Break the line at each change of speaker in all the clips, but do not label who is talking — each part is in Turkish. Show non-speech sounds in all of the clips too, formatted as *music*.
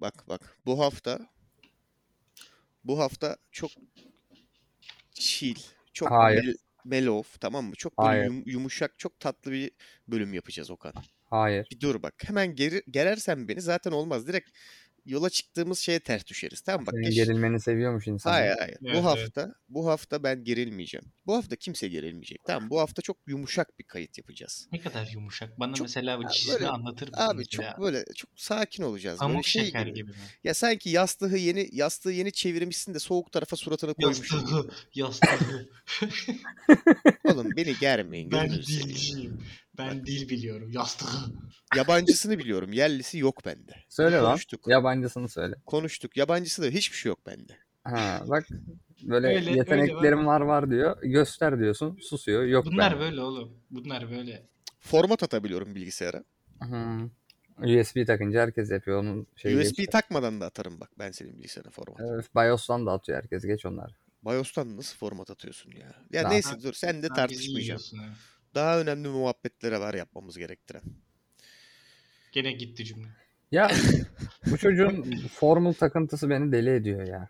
Bak bak bu hafta bu hafta çok chill, çok
Hayır.
mel- mellow tamam mı? Çok böyle
Hayır.
yum- yumuşak, çok tatlı bir bölüm yapacağız Okan.
Hayır.
Bir dur bak. Hemen geri gerersen beni zaten olmaz. Direkt yola çıktığımız şeye ters düşeriz. Tamam bak.
Senin
geç-
gerilmeni seviyormuş insan.
Hayır hayır. Bu
Evet, evet.
hafta bu hafta ben gerilmeyeceğim. Bu hafta kimse gerilmeyecek. Tamam bu hafta çok yumuşak bir kayıt yapacağız.
Ne kadar yumuşak. Bana
Çok-
mesela bu
Ya
çizimi
böyle-
anlatır mısın?
Abi çok böyle çok sakin olacağız. Böyle
Pamuk
şey
şeker
gibi.
gibi mi?
Ya sanki yastığı yeni yastığı yeni çevirmişsin de soğuk tarafa suratını koymuşsun. şey
*laughs*
gibi.
Yastığı, yastığı.
*laughs* Oğlum beni germeyin.
ben şey-
gözünüzü seveyim.
dilciyim. Ben dil biliyorum. Yastığı.
Yabancısını biliyorum. Yerlisi yok bende.
Söyle lan.
Konuştuk.
Yabancısını söyle.
Konuştuk. Yabancısı da hiçbir şey yok bende.
Ha, bak böyle
Öyle, öyle,
yeteneklerim var var diyor. Göster diyorsun. Susuyor. Yok
Bunlar
ben.
böyle oğlum. Bunlar böyle.
Format atabiliyorum bilgisayara.
Hı. USB takınca herkes yapıyor. Onun şeyi
USB
Şey geçti.
takmadan da atarım bak ben senin bilgisayarına format.
Evet, BIOS'tan da atıyor herkes. Geç onları.
BIOS'tan nasıl format atıyorsun ya? Ya
Daha-
neyse dur sen de
Sen bizi
tartışmayacağım.
yiyorsun ha.
Daha önemli muhabbetlere var yapmamız gerektiren.
Gene gitti cümle.
Ya bu çocuğun
*laughs*
formül takıntısı beni deli ediyor ya.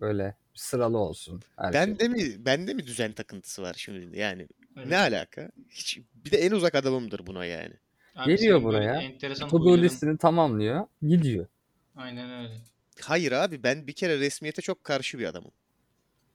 Böyle sıralı olsun. Her şey.
Bende mi bende mi düzen takıntısı var şimdi yani?
Evet.
Ne alaka? Hiç bir de en uzak adamımdır buna yani.
Abi
Geliyor
senin böyle
buraya.
Enteresan
To-do
huyların-
listini tamamlıyor. Gidiyor.
Aynen öyle.
Hayır abi ben bir kere resmiyete çok karşı bir adamım.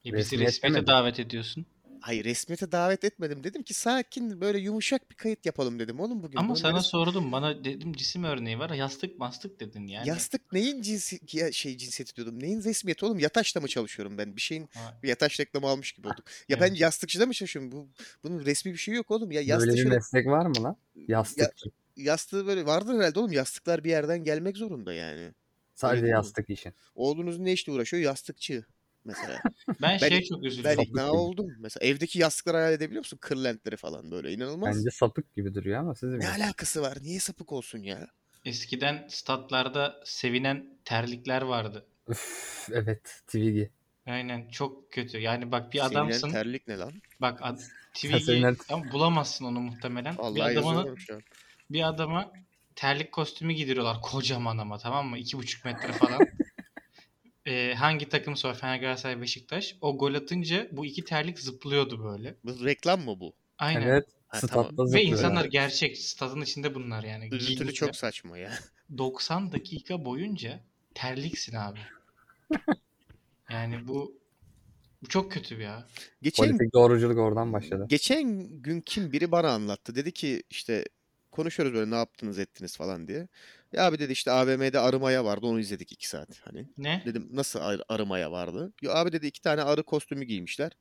E bizi
Resmiyet
resmete
demedi.
davet ediyorsun.
Hayır resmiyete davet etmedim. Dedim ki sakin böyle yumuşak bir kayıt yapalım dedim oğlum bugün.
Ama
Bunun
sana
neresi-
sordum. Bana dedim cisim örneği var. Yastık mastık dedin yani.
Yastık neyin cinsi ya şey cinsiyeti diyordum. Neyin resmiyeti oğlum? Yataş'ta mı çalışıyorum ben? Bir şeyin
Ha.
bir yataş reklamı almış gibi olduk. Ya ben yastıkçıda mı çalışıyorum? Bu, bunun resmi bir şey yok oğlum. Ya
Böyle
yastık
bir
şöyle-
meslek var mı lan? Yastıkçı.
yastığı böyle vardır herhalde oğlum. Yastıklar bir yerden gelmek zorunda yani.
Sadece
değil mi?
yastık işi.
Oğlunuz ne işle uğraşıyor? Yastıkçı
*laughs*
mesela.
Ben,
Ben-
şeye Şey çok
ben
üzülüyorum.
ikna
gibi.
oldum. Mesela evdeki yastıkları hayal edebiliyor musun? Kırlentleri falan böyle inanılmaz.
Bence sapık gibi duruyor ama siz
Ne
bilin.
alakası var? Niye sapık olsun ya?
Eskiden statlarda sevinen terlikler vardı.
Üf, evet Twiggy.
Aynen çok kötü. Yani bak bir
Sevinen
adamsın.
terlik ne lan?
Bak
*laughs*
ad, Twiggy
Sevinen-
ama bulamazsın onu muhtemelen.
Allah
bir adama
yazıyorum şu an.
bir adama terlik kostümü giydiriyorlar kocaman ama tamam mı? 2,5 metre falan.
*laughs*
Ee, hangi takım sonra Fener Galatasaray Beşiktaş o gol atınca bu iki terlik zıplıyordu böyle.
Bu reklam mı bu?
Aynen.
Evet.
Ha,
Statla
tamam.
Ve
zıplıyor.
insanlar gerçek stadın içinde bunlar yani.
Üzüntülü
Giyinip de-
çok saçma ya.
90 dakika boyunca
*laughs*
terliksin abi. yani bu bu çok kötü ya.
Geçen
Politik doğruculuk oradan başladı.
geçen gün kim biri bana anlattı. Dedi ki işte konuşuyoruz böyle ne yaptınız ettiniz falan diye. Ya abi dedi işte AVM'de arımaya vardı onu izledik iki saat. Hani
Ne?
dedim nasıl ar- arımaya vardı? Ya abi dedi iki tane arı kostümü giymişler.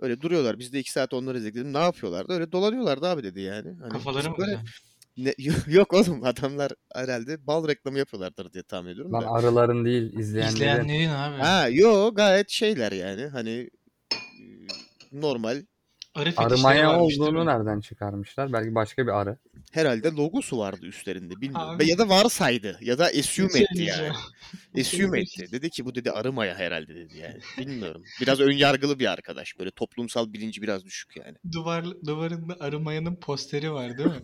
Öyle duruyorlar. Biz de iki saat onları izledik. Dedim ne yapıyorlardı? Öyle dolanıyorlardı abi dedi yani. Hani biz
Kafaları mı?
böyle-
güzel?
Ne- *laughs* yok oğlum adamlar herhalde bal reklamı yapıyorlardır diye tahmin ediyorum
Lan
da.
arıların değil izleyenlerin.
İzleyenlerin abi.
Ha yo gayet şeyler yani hani e, normal
Arı fetişleri
Arımaya
varmış, değil
olduğunu
mi?
nereden çıkarmışlar? Belki başka bir arı.
herhalde logosu vardı üstlerinde bilmiyorum.
Abi.
Ya da varsaydı ya da assume
Şey
etti yani.
Söyleyeceğim.
Assume etti. Dedi ki bu dedi arımaya herhalde dedi yani. Bilmiyorum. Biraz ön yargılı bir arkadaş. Böyle toplumsal bilinci biraz düşük yani.
*laughs* Duvar, duvarında Arımaya'nın posteri var
*laughs*
değil mi?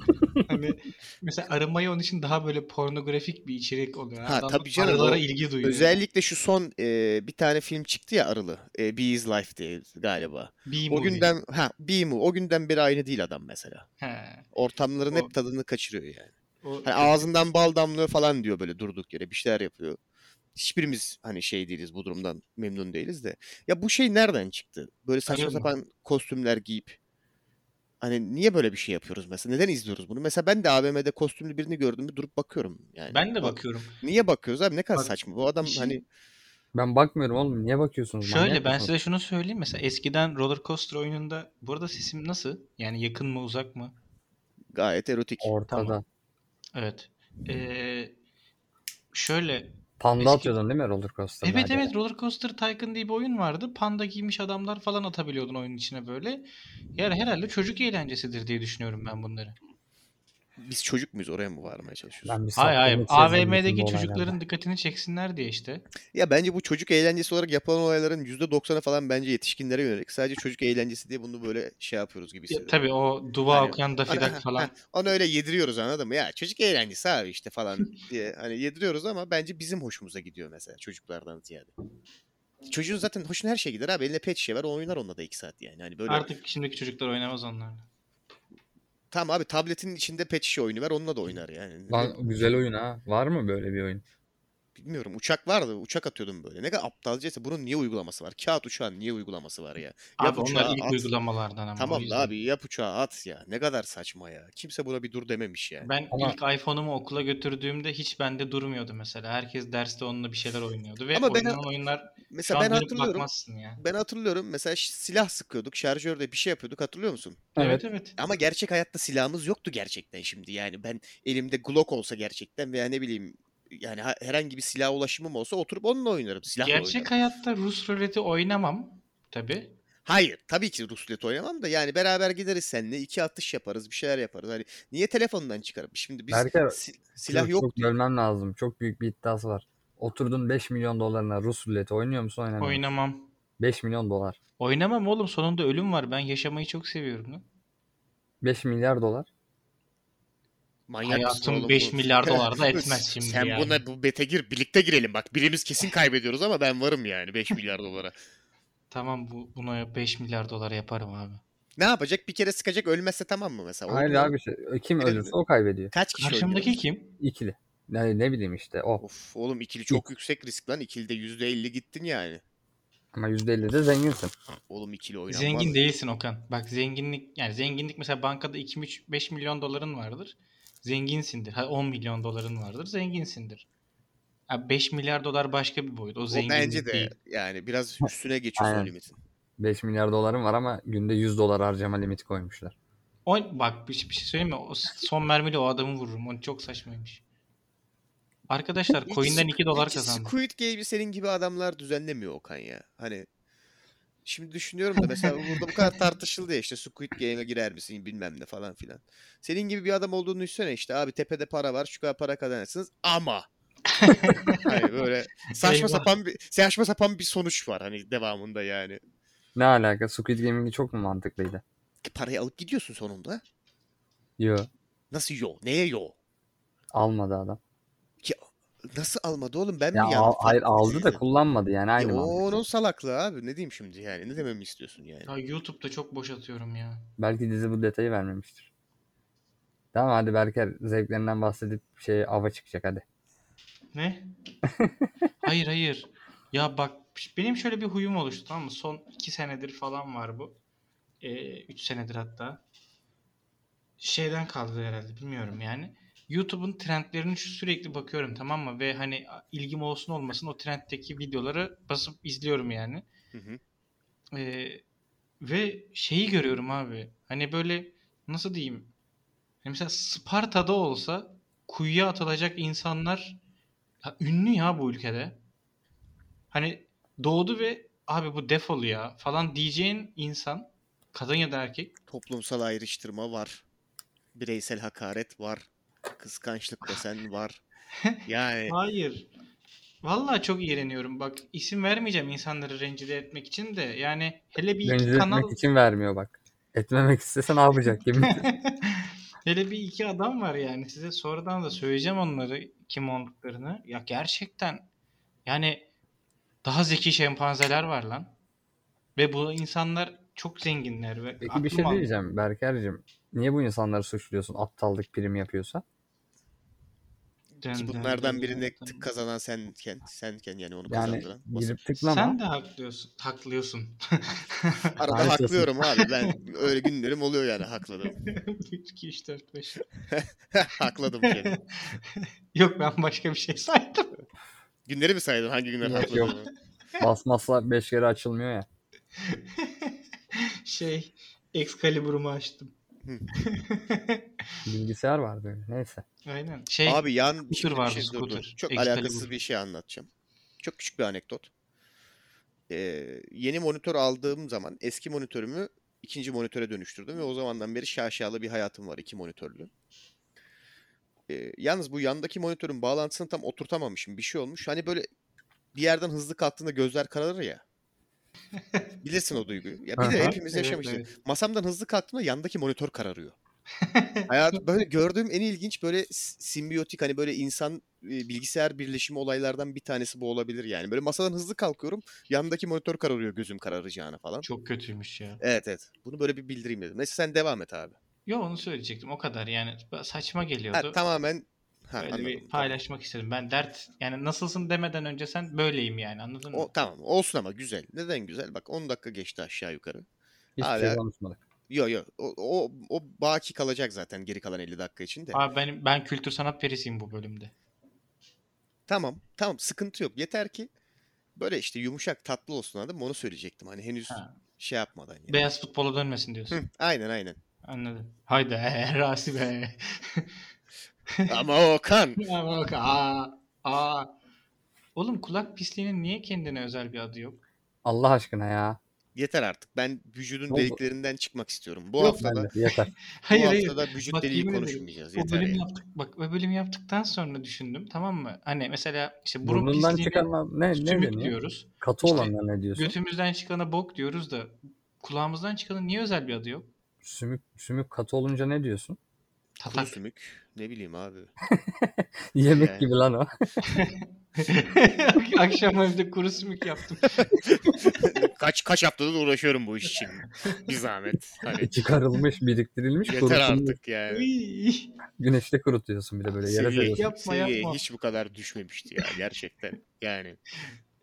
hani mesela Arımaya onun için daha böyle pornografik bir içerik oluyor.
Ha,
Adam
tabii canım,
Arılara
o
ilgi duyuyor.
Özellikle şu son e, bir tane film çıktı ya Arılı. E, Bees Life diye galiba.
Bir
O
movie.
günden ha Beemu o günden beri aynı değil adam mesela.
He.
Ortamların
O-
hep tadını kaçırıyor yani.
O-
Hani ağzından bal damlıyor falan diyor böyle durduk yere bir şeyler yapıyor. Hiçbirimiz hani şey değiliz bu durumdan memnun değiliz de. Ya bu şey nereden çıktı? Böyle saçma
Arıyorum.
sapan kostümler giyip hani niye böyle bir şey yapıyoruz mesela? Neden izliyoruz bunu? Mesela ben de AVM'de kostümlü birini gördüğümde durup bakıyorum yani.
Ben
Bak-
de bakıyorum.
Niye bakıyoruz abi? Ne kadar
Bak, şey
saçma. Bu adam
işin-
hani
Ben bakmıyorum oğlum. Niye bakıyorsunuz?
Şöyle
Manyak
ben
mısınız?
size şunu söyleyeyim mesela eskiden roller coaster oyununda burada sesim nasıl? Yani yakın mı uzak mı?
gayet erotik.
Ortada.
Tamam. Evet. Ee, şöyle
Panda
Eski-
atıyordun değil mi roller coaster'da?
Evet evet Roller Coaster Tycoon diye bir oyun vardı. Panda giymiş adamlar falan atabiliyordun oyunun içine böyle. Yani herhalde çocuk eğlencesidir diye düşünüyorum ben bunları.
Biz çocuk muyuz? Oraya mı varmaya çalışıyoruz?
Ben bir şey
Hayır hayır
sapkınlık sezdim bütün
AVM'deki
bu olaylarda.
çocukların dikkatini çeksinler diye işte.
Ya bence bu çocuk eğlencesi olarak yapılan olayların %90'ı falan bence yetişkinlere yönelik. Sadece çocuk eğlencesi diye bunu böyle şey yapıyoruz gibi
Ya,
hissediyorum.
tabii o dua
Hani-
okuyan Daffy
Hani-
*laughs* Duck falan.
Onu öyle yediriyoruz anladın mı? Ya çocuk eğlencesi abi işte
*laughs*
falan diye hani yediriyoruz ama bence bizim hoşumuza gidiyor mesela çocuklardan ziyade. Çocuğun zaten hoşuna her şey gider abi. Eline pet şişe var o oynar onunla da iki saat yani. Hani böyle
Artık şimdiki çocuklar oynamaz onlarla.
tamam abi tabletin içinde pet şişe oyunu var onunla da oynar yani.
Lan güzel oyun ha. Var mı böyle bir oyun?
Bilmiyorum uçak vardı uçak atıyordum böyle. Ne kadar aptalcaysa bunun niye uygulaması var? Kağıt uçağın niye uygulaması var ya?
Abi
uçağı
onlar ilk
at.
uygulamalardan ama. o
Tamam da
yüzden.
abi yap uçağı at ya. Ne kadar saçma ya. Kimse buna bir dur dememiş yani.
Ben
Ama-
ilk iPhone'umu okula götürdüğümde hiç bende durmuyordu mesela. Herkes derste onunla bir şeyler oynuyordu ve
Ama ben-
oynanan oyunlar şu
Mesela
an
ben
dönüp
hatırlıyorum.
bakmazsın ya.
Ben hatırlıyorum mesela ş- silah sıkıyorduk. Şarjörde bir şey yapıyorduk hatırlıyor musun?
Evet evet.
Ama gerçek hayatta silahımız yoktu gerçekten şimdi. Yani ben elimde Glock olsa gerçekten veya ne bileyim yani ha- herhangi bir silaha ulaşımım olsa oturup onunla oynarım. Silahla
Gerçek
oynarım.
hayatta Rus ruleti oynamam tabi.
Hayır tabii ki Ruslet oynamam da yani beraber gideriz seninle. iki atış yaparız bir şeyler yaparız. Hani niye telefondan çıkarıp şimdi biz
Berker,
si- silah
Çok-
yok
Çok bölmem lazım. Çok büyük bir iddiası var. Oturdun 5 milyon dolarına Rus ruleti oynuyor musun oynamıyor musun?
Oynamam.
5 milyon dolar.
Oynamam oğlum sonunda ölüm var. Ben yaşamayı çok seviyorum lan.
5 milyar dolar.
Manyak mısın
Hayatım
oğlum
5
bu? *laughs*
milyar dolar da etmez şimdi
Sen
yani.
buna bu bete gir birlikte girelim bak birimiz kesin kaybediyoruz ama ben varım yani
*laughs*
5 milyar dolara.
Tamam bu buna 5 milyar dolar yaparım abi.
Ne yapacak? Bir kere sıkacak ölmezse tamam mı mesela?
Hayır
Oldu mu?
abi şey, kim
Birimiz-
ölürse o kaybediyor.
Kaç kişi
Karşımdaki
oynuyor?
kim?
İkili. Ne, ne bileyim işte oh, o.
Of oğlum ikili çok yüksek risk lan. İkilide %50 gittin yani.
Ama %50 de zenginsin.
Oğlum ikili oynanmaz.
Zengin değilsin Okan. Bak zenginlik yani zenginlik mesela bankada 2 3 5 milyon doların vardır. Zenginsindir. Ha 10 milyon doların vardır. Zenginsindir. Ha, 5 milyar dolar başka bir boyut. O
O
zenginlik
bence de
değil.
yani biraz üstüne geçiyorsun o
Aynen.
limitin.
5 milyar dolarım var ama günde 100 dolar harcama limiti koymuşlar.
O, bak bir, bir şey söyleyeyim mi? O s- son mermiyle o adamı vururum. O çok saçmaymış. Arkadaşlar
Hiç
coin'den
Squ-
2 dolar
hiç
kazandım.
Squid Game'i senin gibi adamlar düzenlemiyor Okan ya. Hani şimdi düşünüyorum da mesela burada bu kadar tartışıldı ya işte Squid Game'e girer misin bilmem ne falan filan. Senin gibi bir adam olduğunu düşünsene işte abi tepede para var şu kadar para kazanırsınız
*laughs*
ama hani böyle saçma
Eyvah.
sapan bir saçma sapan bir sonuç var hani devamında yani.
Ne alaka? Squid Game'inki çok mu mantıklıydı?
Parayı alıp gidiyorsun sonunda.
Yo.
Nasıl yo? Neye yo?
Almadı adam.
Nasıl almadı oğlum ben
Ya
mi
al-
yandım?
hayır
Farklı
aldı da
düşünüyorum.
kullanmadı yani
Ya
aynı
o
mantık.
onun salaklığı abi. Ne diyeyim şimdi yani? Ne dememi istiyorsun yani?
Ya YouTube'da çok boş atıyorum ya.
Belki dizi bu detayı vermemiştir. Tamam hadi Berker zevklerinden bahsedip şey ava çıkacak hadi.
Ne? hayır hayır. Ya bak benim şöyle bir huyum oluştu tamam mı? Son 2 senedir falan var bu. 3 senedir hatta. Şeyden kaldı herhalde bilmiyorum yani. YouTube'un trendlerini şu- sürekli bakıyorum tamam mı? Ve hani ilgim olsun olmasın o trenddeki videoları basıp izliyorum yani.
Hı hı.
Ee, ve şeyi görüyorum abi. Hani böyle nasıl diyeyim? Hani mesela Sparta'da olsa kuyuya atılacak insanlar ya ünlü ya bu ülkede. Hani doğdu ve abi bu defol ya falan diyeceğin insan kadın ya da erkek
Toplumsal ayrıştırma var. bireysel hakaret var. Kıskançlık desen var. Yani
Hayır. Vallahi çok iğreniyorum. Bak isim vermeyeceğim insanları rencide etmek için de. Yani hele bir iki
Rencide
kanal
etmek için vermiyor bak. Etmemek istese ne yapacak gibi.
*laughs* hele bir iki adam var yani. Size sonradan da söyleyeceğim onları kim olduklarını. Ya gerçekten yani daha zeki şempanzeler var lan. Ve bu insanlar çok zenginler ve
Peki bir
aklım
şey
almıyor.
diyeceğim Berker'cim. Niye bu insanları suçluyorsun aptallık prim yapıyorsa?
Dön,
ki
dön,
bunlardan
dön,
birine
dön.
tık kazanan senken, senken yani onu
Yani
kazandıran. basın.
girip tıklama.
Sen de haklıyorsun. *laughs* Haklıyorsun.
Arada
Lanet olsun.
haklıyorum abi
*laughs*
ben öyle günlerim oluyor yani hakladım. *laughs*
1, 2, 3, 4, 5.
hakladım yani.
Yok ben başka bir şey saydım. *laughs*
Günleri mi saydın hangi günler
Yok,
hakladım?
yok. Basmazsa 5 kere açılmıyor ya.
Şey Excalibur'umu açtım.
Bilgisayar vardı öyle. Neyse.
*laughs* Aynen. Şey
Abi yan
scooter
şimdi bir şey,
vardı,
dur, dur.
scooter.
Çok
Excalibur.
alakasız bir şey anlatacağım. Çok küçük bir anekdot. Ee, yeni monitör aldığım zaman eski monitörümü ikinci monitöre dönüştürdüm ve o zamandan beri şaşalı bir hayatım var iki monitörlü. Ee, yalnız bu yandaki monitörün bağlantısını tam oturtamamışım. Bir şey olmuş. Hani böyle bir yerden hızlı kalktığında gözler kararır
*laughs*
ya. Bilirsin o duyguyu. Ya bir de
Aha.
hepimiz
Evet,
yaşamıştık.
evet.
Masamdan hızlı kalktığımda yandaki monitör kararıyor. Hayat böyle gördüğüm en ilginç böyle s- simbiyotik hani böyle insan e, bilgisayar birleşimi olaylardan bir tanesi bu olabilir yani. Böyle masadan hızlı kalkıyorum. Yandaki monitör kararıyor gözüm kararacağına falan.
Çok kötüymüş ya.
Evet evet. Bunu böyle bir bildireyim dedim. Neyse sen devam et abi.
Yo onu söyleyecektim. O kadar yani saçma
Ha,
geliyordu.
tamamen ha,
Öyle
anladım.
bir
Tamam.
paylaşmak istedim. Ben dert yani nasılsın demeden önce sen böyleyim yani anladın mı?
O, tamam olsun ama güzel. Neden güzel? Bak 10 dakika geçti aşağı yukarı.
Hiç
Hala-
şey konuşmadık.
Yo yo o, o, o baki kalacak zaten geri kalan 50 dakika için de.
Abi benim ben kültür sanat perisiyim bu bölümde.
Tamam tamam sıkıntı yok. Yeter ki böyle işte yumuşak tatlı olsun anladın mı? Onu söyleyecektim. Hani henüz
Ha.
şey yapmadan. Yani.
Beyaz futbola dönmesin diyorsun.
Hı, aynen
*laughs*
aynen.
Anladım.
*laughs*
Haydi ee, Rasi be.
Ama Okan.
Ama bak, aa, aa. Oğlum kulak pisliğinin niye kendine özel bir adı yok?
Allah aşkına ya.
Yeter artık. Ben vücudun
Ne oldu?
deliklerinden çıkmak istiyorum. Bu
Yok
haftada
bende,
*laughs*
yeter.
Hayır
bu
hayır.
haftada vücut
Bak,
deliği
yemin ederim,
konuşmayacağız.
O
Yeter.
bölüm
yani.
yaptık. Bak o bölüm yaptıktan sonra düşündüm tamam mı? Hani mesela işte burun
Burnundan
pisliğine
çıkan ne, ne
sümük
deniyor?
diyoruz.
Katı
İşte
olanlar ne diyorsun?
Götümüzden çıkana bok diyoruz da kulağımızdan çıkana niye özel bir
*laughs*
adı yok?
Sümük, sümük katı olunca ne diyorsun? *laughs*
Kuru
Tatak.
sümük. Ne bileyim abi.
Yemek
Yani.
gibi
*laughs*
lan o.
Akşam evde kuru sümük yaptım.
kaç kaç haftadır uğraşıyorum bu iş için. Bir zahmet. Hani
Çıkarılmış, biriktirilmiş,
yeter
kurutulmuş.
artık yani.
Iy,
Güneşte kurutuyorsun bir de böyle yere
Seviye,
seriyorsun.
Yapma,
seviye
yapma.
hiç bu kadar düşmemişti ya gerçekten. Yani,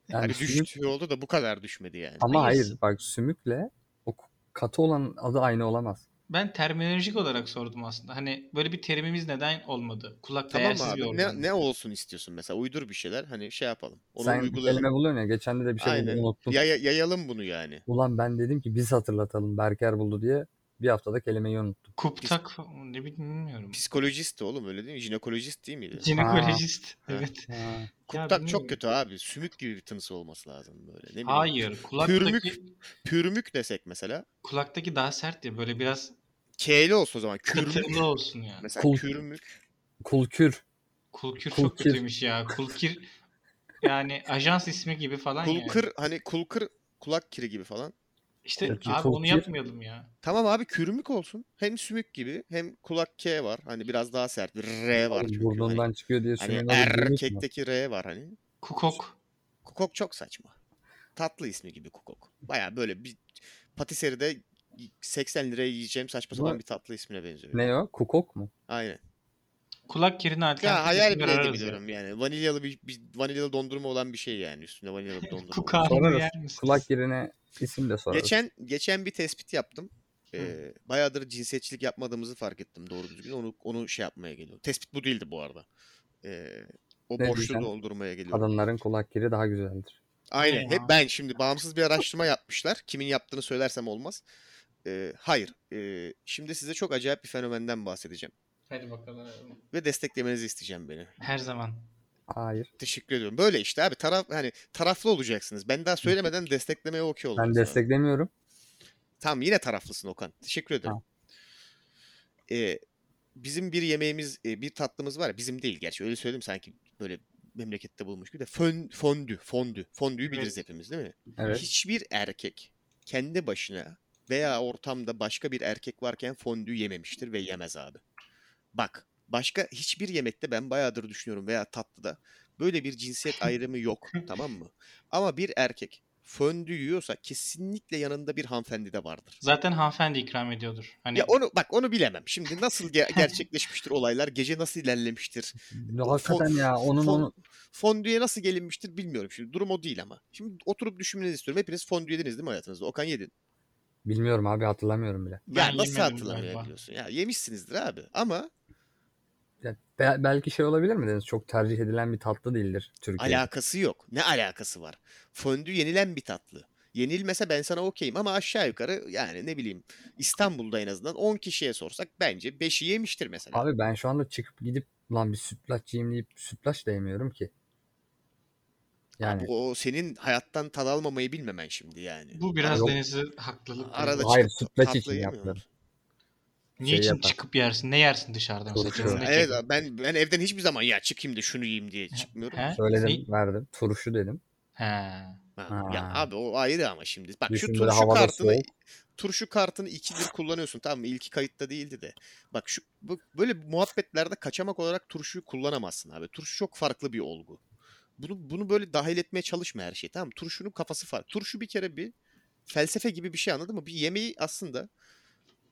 Yani
hani
sümük,
düştüğü oldu da bu kadar düşmedi yani.
ama
Hayır.
hayır bak sümükle o katı olan adı aynı olamaz.
Ben terminolojik olarak sordum aslında. Hani böyle bir terimimiz neden olmadı? Kulak
Tamam
değersiz bir
abi.
organ.
Ne, ne olsun istiyorsun mesela? Uydur bir şeyler. Hani şey yapalım. Onu
Sen bir
uygulayalım.
kelime buluyorsun ya. Geçen de, de bir şey buldum
Aynen.
unuttum.
Yaya- yayalım bunu yani.
Ulan ben dedim ki biz hatırlatalım Berker buldu diye bir haftada kelimeyi unuttum.
Kuptak falan, ne bilmiyorum.
Psikolojist de oğlum öyle değil mi? Jinekolojist değil miydi?
Jinekolojist.
Ha.
Evet.
Kurtlak
bilmiyorum.
çok kötü abi. Sümük gibi bir tınısı olması lazım böyle. Ne bileyim.
Hayır.
Pürmük.
Kulaktaki,
Pürmük desek mesela.
kulaktaki daha sert ya. Böyle biraz
K'li olsa o zaman.
*laughs*
Kürmük.
kıtırlı olsun yani.
Mesela
Kul-
kürmük.
Kulkür.
Kulkir çok
Kulkir.
kötüymüş ya. Kulkir yani ajans ismi gibi falan yani.
Kulkır hani kulkır kulak kiri gibi falan.
İşte
Kulkir,
abi onu
kulkir.
yapmayalım ya.
Tamam abi kürmük olsun. Hem sümük gibi hem kulak K var. Hani biraz daha sert bir R var çünkü.
Burnundan
Hani-
çıkıyor diye
Hani,
sümüğün adı gümrük mü?
erkekteki R var hani.
Kukok.
Kukok çok saçma. Tatlı ismi gibi kukok. Baya böyle bir patiseride 80 liraya yiyeceğim saçma
Bu-
sapan bir tatlı ismine benziyor.
Ne o? Kukok mu?
Aynen.
Kulak kirine alternatif
Ya hayal
isimler
bile
ararız
edebiliyorum yani. Vanilyalı bir, bir vanilyalı dondurma olan bir şey yani üstünde vanilyalı bir
ya.
dondurma. olan.
Kukağını
Sorarız.
yer misiniz?
Kulak yerine isim de sorarız.
Geçen geçen bir tespit yaptım. Ee, bayağıdır cinsiyetçilik yapmadığımızı fark ettim doğru düzgün. Onu onu şey yapmaya geliyor. Tespit bu değildi bu arada. Ee, o
Ne
boşluğu
diyeceksin?
doldurmaya geliyor.
Kadınların kulak kiri daha güzeldir.
Aynen.
Ya.
Hep ben şimdi bağımsız bir araştırma yapmışlar. Kimin yaptığını söylersem olmaz. Ee, hayır. Ee, şimdi size çok acayip bir fenomenden bahsedeceğim.
Hadi bakalım.
Ve desteklemenizi isteyeceğim beni.
Her zaman.
Hayır.
Teşekkür ediyorum. Böyle işte abi taraf hani taraflı olacaksınız. Ben daha söylemeden desteklemeye okey oldum.
Ben
sana.
desteklemiyorum.
Tamam yine taraflısın Okan. Teşekkür ederim.
Tamam.
Ee, bizim bir yemeğimiz e, bir tatlımız var ya bizim değil gerçi öyle söyledim sanki böyle memlekette bulmuş gibi de fön, fondü fondü fondüyü
Evet.
biliriz hepimiz değil mi?
Evet.
Hiçbir erkek kendi başına veya ortamda başka bir erkek varken fondü yememiştir ve yemez abi. Bak başka hiçbir yemekte ben bayağıdır düşünüyorum veya tatlıda böyle bir cinsiyet
*laughs*
ayrımı yok tamam mı? Ama bir erkek fondü yiyorsa kesinlikle yanında bir hanımefendi de vardır.
Zaten hanımefendi ikram ediyordur. Hani
Ya onu bak onu bilemem. Şimdi nasıl ge- gerçekleşmiştir olaylar, gece nasıl ilerlemiştir,
Hakikaten ya onun
fon-
onu
fondüye nasıl gelinmiştir bilmiyorum. Şimdi durum o değil ama. Şimdi oturup düşünmenizi istiyorum. Hepiniz fondü yediniz değil mi hayatınızda? Okan yedin.
bilmiyorum abi hatırlamıyorum bile.
Ben
ya nasıl
yemedim
hatırlamıyor
galiba.
biliyorsun? Ya yemişsinizdir abi. Ama
Ya be- belki şey olabilir mi dediniz? Çok tercih edilen bir tatlı değildir Türkiye'de.
alakası yok. Ne alakası var? Fondü yenilen bir tatlı. Yenilmese ben sana okeyim ama aşağı yukarı yani ne bileyim İstanbul'da en azından 10 kişiye sorsak bence 5'i yemiştir mesela.
Abi ben şu anda çıkıp gidip lan bir sütlaç yiyeyim deyip sütlaç da yemiyorum ki. Yani
Bu o senin hayattan tad almamayı bilmemen şimdi yani.
bu biraz
Yok.
Deniz'e haklılık.
Arada
veriyor.
Hayır,
çıkıp
sütlaç
tatlı
için
yemiyor
yaptım.
musun?
Niye
şey
için
yapar.
çıkıp yersin? Ne yersin dışarıda mesela?
Turşu.
Canın ne
Evet
çekiyor?
abi, ben ben evden hiçbir zaman ya çıkayım da şunu yiyeyim diye çıkmıyorum.
He?
Şey-
söyledim verdim. Turşu dedim.
Ne- He.
Ha,
Ha.
Ya abi o ayrı ama şimdi. Bak şu
Düşün böyle
turşu
havada
kartını
soğuk.
turşu kartını ikidir kullanıyorsun tamam mı? İlki kayıtta değildi de. Bak şu bu- böyle muhabbetlerde kaçamak olarak turşuyu kullanamazsın abi. Turşu çok farklı bir olgu. Bunu bunu böyle dahil etmeye çalışma her şey tamam mı? Turşunun kafası farklı. Turşu bir kere bir felsefe gibi bir şey anladın mı? Bir yemeği aslında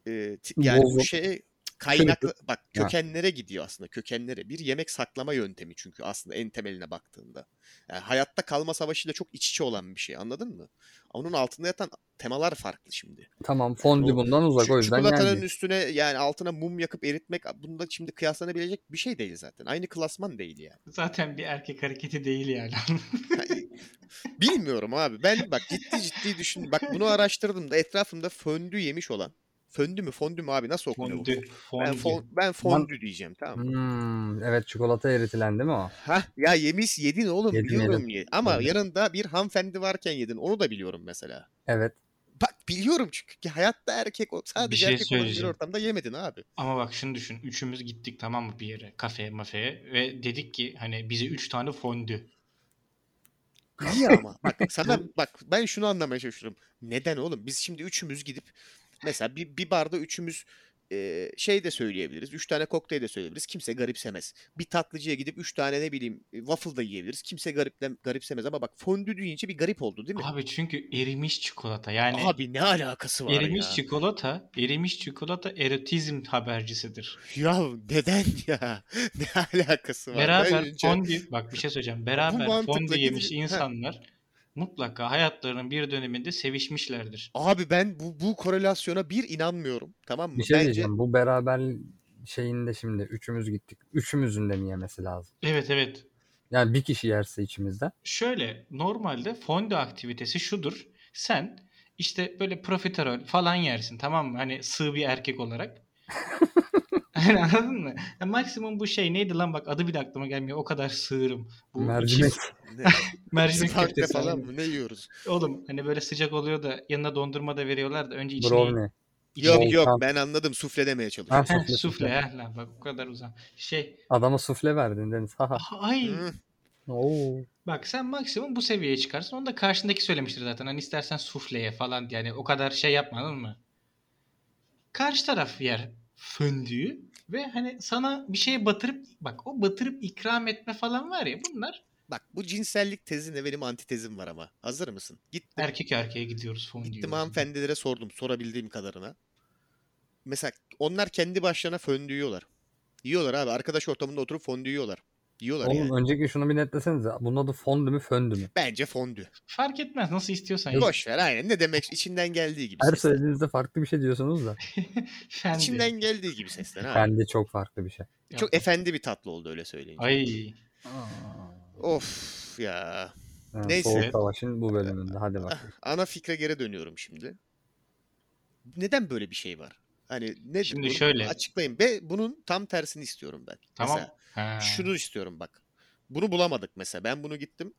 e, ti- yani bu
Bozuk.
şeye kaynaklı bak kökenlere gidiyor aslında kökenlere. Bir yemek saklama yöntemi çünkü aslında en temeline baktığında. Yani hayatta kalma savaşıyla çok iç içe olan bir şey anladın mı? Onun altında yatan temalar farklı şimdi.
Tamam fondü
O-
bundan uzak o
Ç-
yüzden
Çikolatanın
yenmiyor.
üstüne yani altına mum yakıp eritmek bunda şimdi kıyaslanabilecek bir şey değil zaten. Aynı klasman değil yani.
Zaten bir erkek hareketi
*laughs*
değil yani.
Yani Bilmiyorum abi. Ben bak ciddi ciddi düşün. Bak bunu araştırdım da etrafımda föndü yemiş olan. Föndü mü fondü mü abi nasıl okunuyor? bu? Ben,
fondü. Fondü.
fon, ben fondü diyeceğim tamam mı?
Hmm, evet çikolata eritilen değil mi o?
Hah ya yemiş yedin oğlum
Yedim,
biliyorum ye. Ama
Yedim.
yanında bir hanımefendi varken yedin onu da biliyorum mesela.
Evet.
Bak biliyorum çünkü ki hayatta erkek ol- sadece
şey
erkek olan bir
söyleyeceğim.
ortamda yemedin abi.
Ama bak şunu düşün. Üçümüz gittik tamam mı bir yere? Kafeye mafeye. Ve dedik ki hani bize üç tane fondü.
İyi ama bak sana bak ben şunu anlamaya çalışıyorum. Neden oğlum? Biz şimdi üçümüz gidip mesela bir, bir barda üçümüz e, şey de söyleyebiliriz. Üç tane kokteyl de söyleyebiliriz. Kimse garipsemez. Bir tatlıcıya gidip üç tane ne bileyim e, waffle da yiyebiliriz. Kimse gariple, garipsemez ama bak fondü deyince bir garip oldu değil mi? Abi,
Abi çünkü erimiş çikolata. Yani
ne alakası var
erimiş
ya?
çikolata, erimiş çikolata erotizm habercisidir.
Ya neden ya? *laughs* ne alakası var? Ben
Beraber
önce-
fondü, bak bir şey söyleyeceğim. Beraber
mantıkla
fondü yemiş
gidip- Heh.
insanlar mutlaka hayatlarının bir döneminde sevişmişlerdir.
Abi ben bu, bu korelasyona bir inanmıyorum. Tamam mı?
Bir şey
Bence *laughs*
diyeceğim. Bu beraber şeyinde şimdi üçümüz gittik. Üçümüzün de mi yemesi lazım?
Evet evet.
Yani bir kişi yerse içimizden.
Şöyle normalde fondü aktivitesi şudur. Sen işte böyle profiterol falan yersin tamam mı? Hani sığ bir
*laughs*
erkek olarak. *laughs* Hani anladın mı? Ya maksimum bu şey neydi lan bak adı bile aklıma gelmiyor. O kadar sığırım. Bu
Mercimek. *laughs*
çift-
ne?
mercimek
Spark'ta
köftesi
falan
abi.
mı? Ne yiyoruz?
Oğlum hani böyle sıcak oluyor da yanına dondurma da veriyorlar da önce içine
Brownie.
içine-
Yok yok
Volkan.
ben anladım sufle demeye *laughs* çalışıyorum.
Heh,
Sufle,
sufle
sufle.
heh, lan bak bu kadar uzak. Şey
Adama sufle verdin Deniz.
*laughs*
Haha.
ay
Hı.
Oo.
bak sen maksimum bu seviyeye çıkarsın. Onu da karşındaki söylemiştir zaten. Hani istersen sufleye falan yani o kadar şey yapmadın mı? Karşı taraf yer föndüğü ve hani sana bir şey batırıp bak o batırıp ikram etme falan var ya bunlar
Bak bu cinsellik tezine benim antitezim var ama. Hazır mısın? Gittim,
erkek erkeğe gidiyoruz fondüyü.
gittim hanımefendilere sordum sorabildiğim kadarına. Mesela onlar kendi başlarına fondü yiyorlar. Yiyorlar abi arkadaş ortamında oturup fondü yiyorlar. Yiyorlar
Oğlum
yani.
önceki şunu bir netlesenize. Bunun adı fondü mü föndü mü?
Bence fondü.
Fark etmez nasıl istiyorsan. ya.
Boş ver aynen ne demek içinden geldiği gibi
Her
seslen.
söylediğinizde farklı bir şey diyorsunuz da.
Fendi.
İçinden geldiği gibi seslen abi.
Bende çok farklı bir şey.
Çok efendi bir tatlı oldu öyle söyleyince.
Ay
Of ya.
Evet,
Neyse.
Soğuk Savaş'ın bu bölümünde.
*laughs*
Hadi bak.
Ana fikre geri dönüyorum şimdi. Neden böyle bir şey var? Hani nedir?
Şimdi
bunu?
şöyle.
Açıklayın. Ve bunun tam tersini istiyorum ben.
tamam.
Mesela
Ha.
şunu istiyorum bak. Bunu bulamadık mesela. Ben bunu gittim.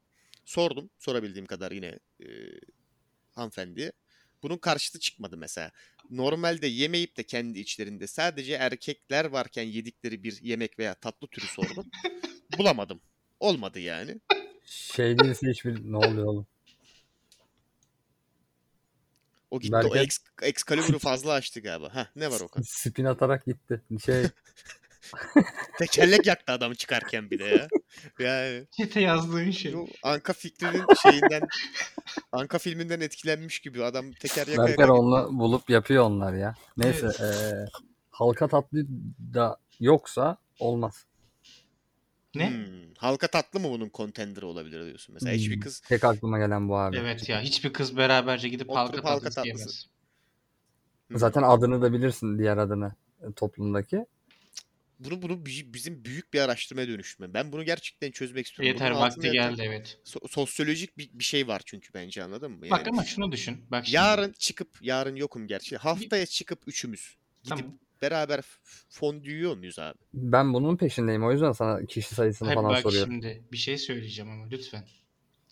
Sordum. Sorabildiğim kadar yine e, hanımefendiye. Bunun karşıtı çıkmadı mesela. Normalde yemeyip de kendi içlerinde sadece erkekler varken yedikleri bir yemek veya tatlı türü
*laughs*
sordum. Bulamadım. Olmadı yani.
Şey değilse hiçbir ne oluyor oğlum?
O gitti o
Berker-
ex, Excalibur'u fazla açtı galiba. Heh, ne var o
*laughs*
kadar?
Spin atarak gitti. Şey
Tekerlek yaktı adam çıkarken bir de ya. Yani
Çete yazdığın şey.
bu Anka fikrinin şeyinden Anka filminden etkilenmiş gibi adam teker yaka
Berker
yaka
onu bulup yapıyor onlar ya. Neyse eee, halka tatlı da yoksa olmaz.
Ne?
Hmm, halka tatlı mı bunun contenderi olabilir diyorsun mesela. Hiçbir
Hmm.
kız
Tek aklıma gelen bu abi.
Evet ya hiçbir kız beraberce gidip
Oturup
halka
halka
tatlısı
tatlısı.
yemez.
Zaten adını da bilirsin diğer adını e, toplumdaki.
bunu bunu bi- bizim büyük bir araştırmaya dönüştürme. Ben bunu gerçekten çözmek istiyorum.
Yeter
Bunun
vakti
altında yatan
geldi evet.
so- sosyolojik bir, bir şey var çünkü bence anladın mı?
Bak
Yani
ama şunu düşün. Bak şimdi.
yarın çıkıp yarın yokum gerçi. Haftaya çıkıp üçümüz gidip
Tamam.
beraber f- fondü yiyor muyuz abi?
Ben bunun peşindeyim o yüzden sana kişi sayısını
Hayır,
falan
bak
soruyorum.
şimdi bir şey söyleyeceğim ama lütfen.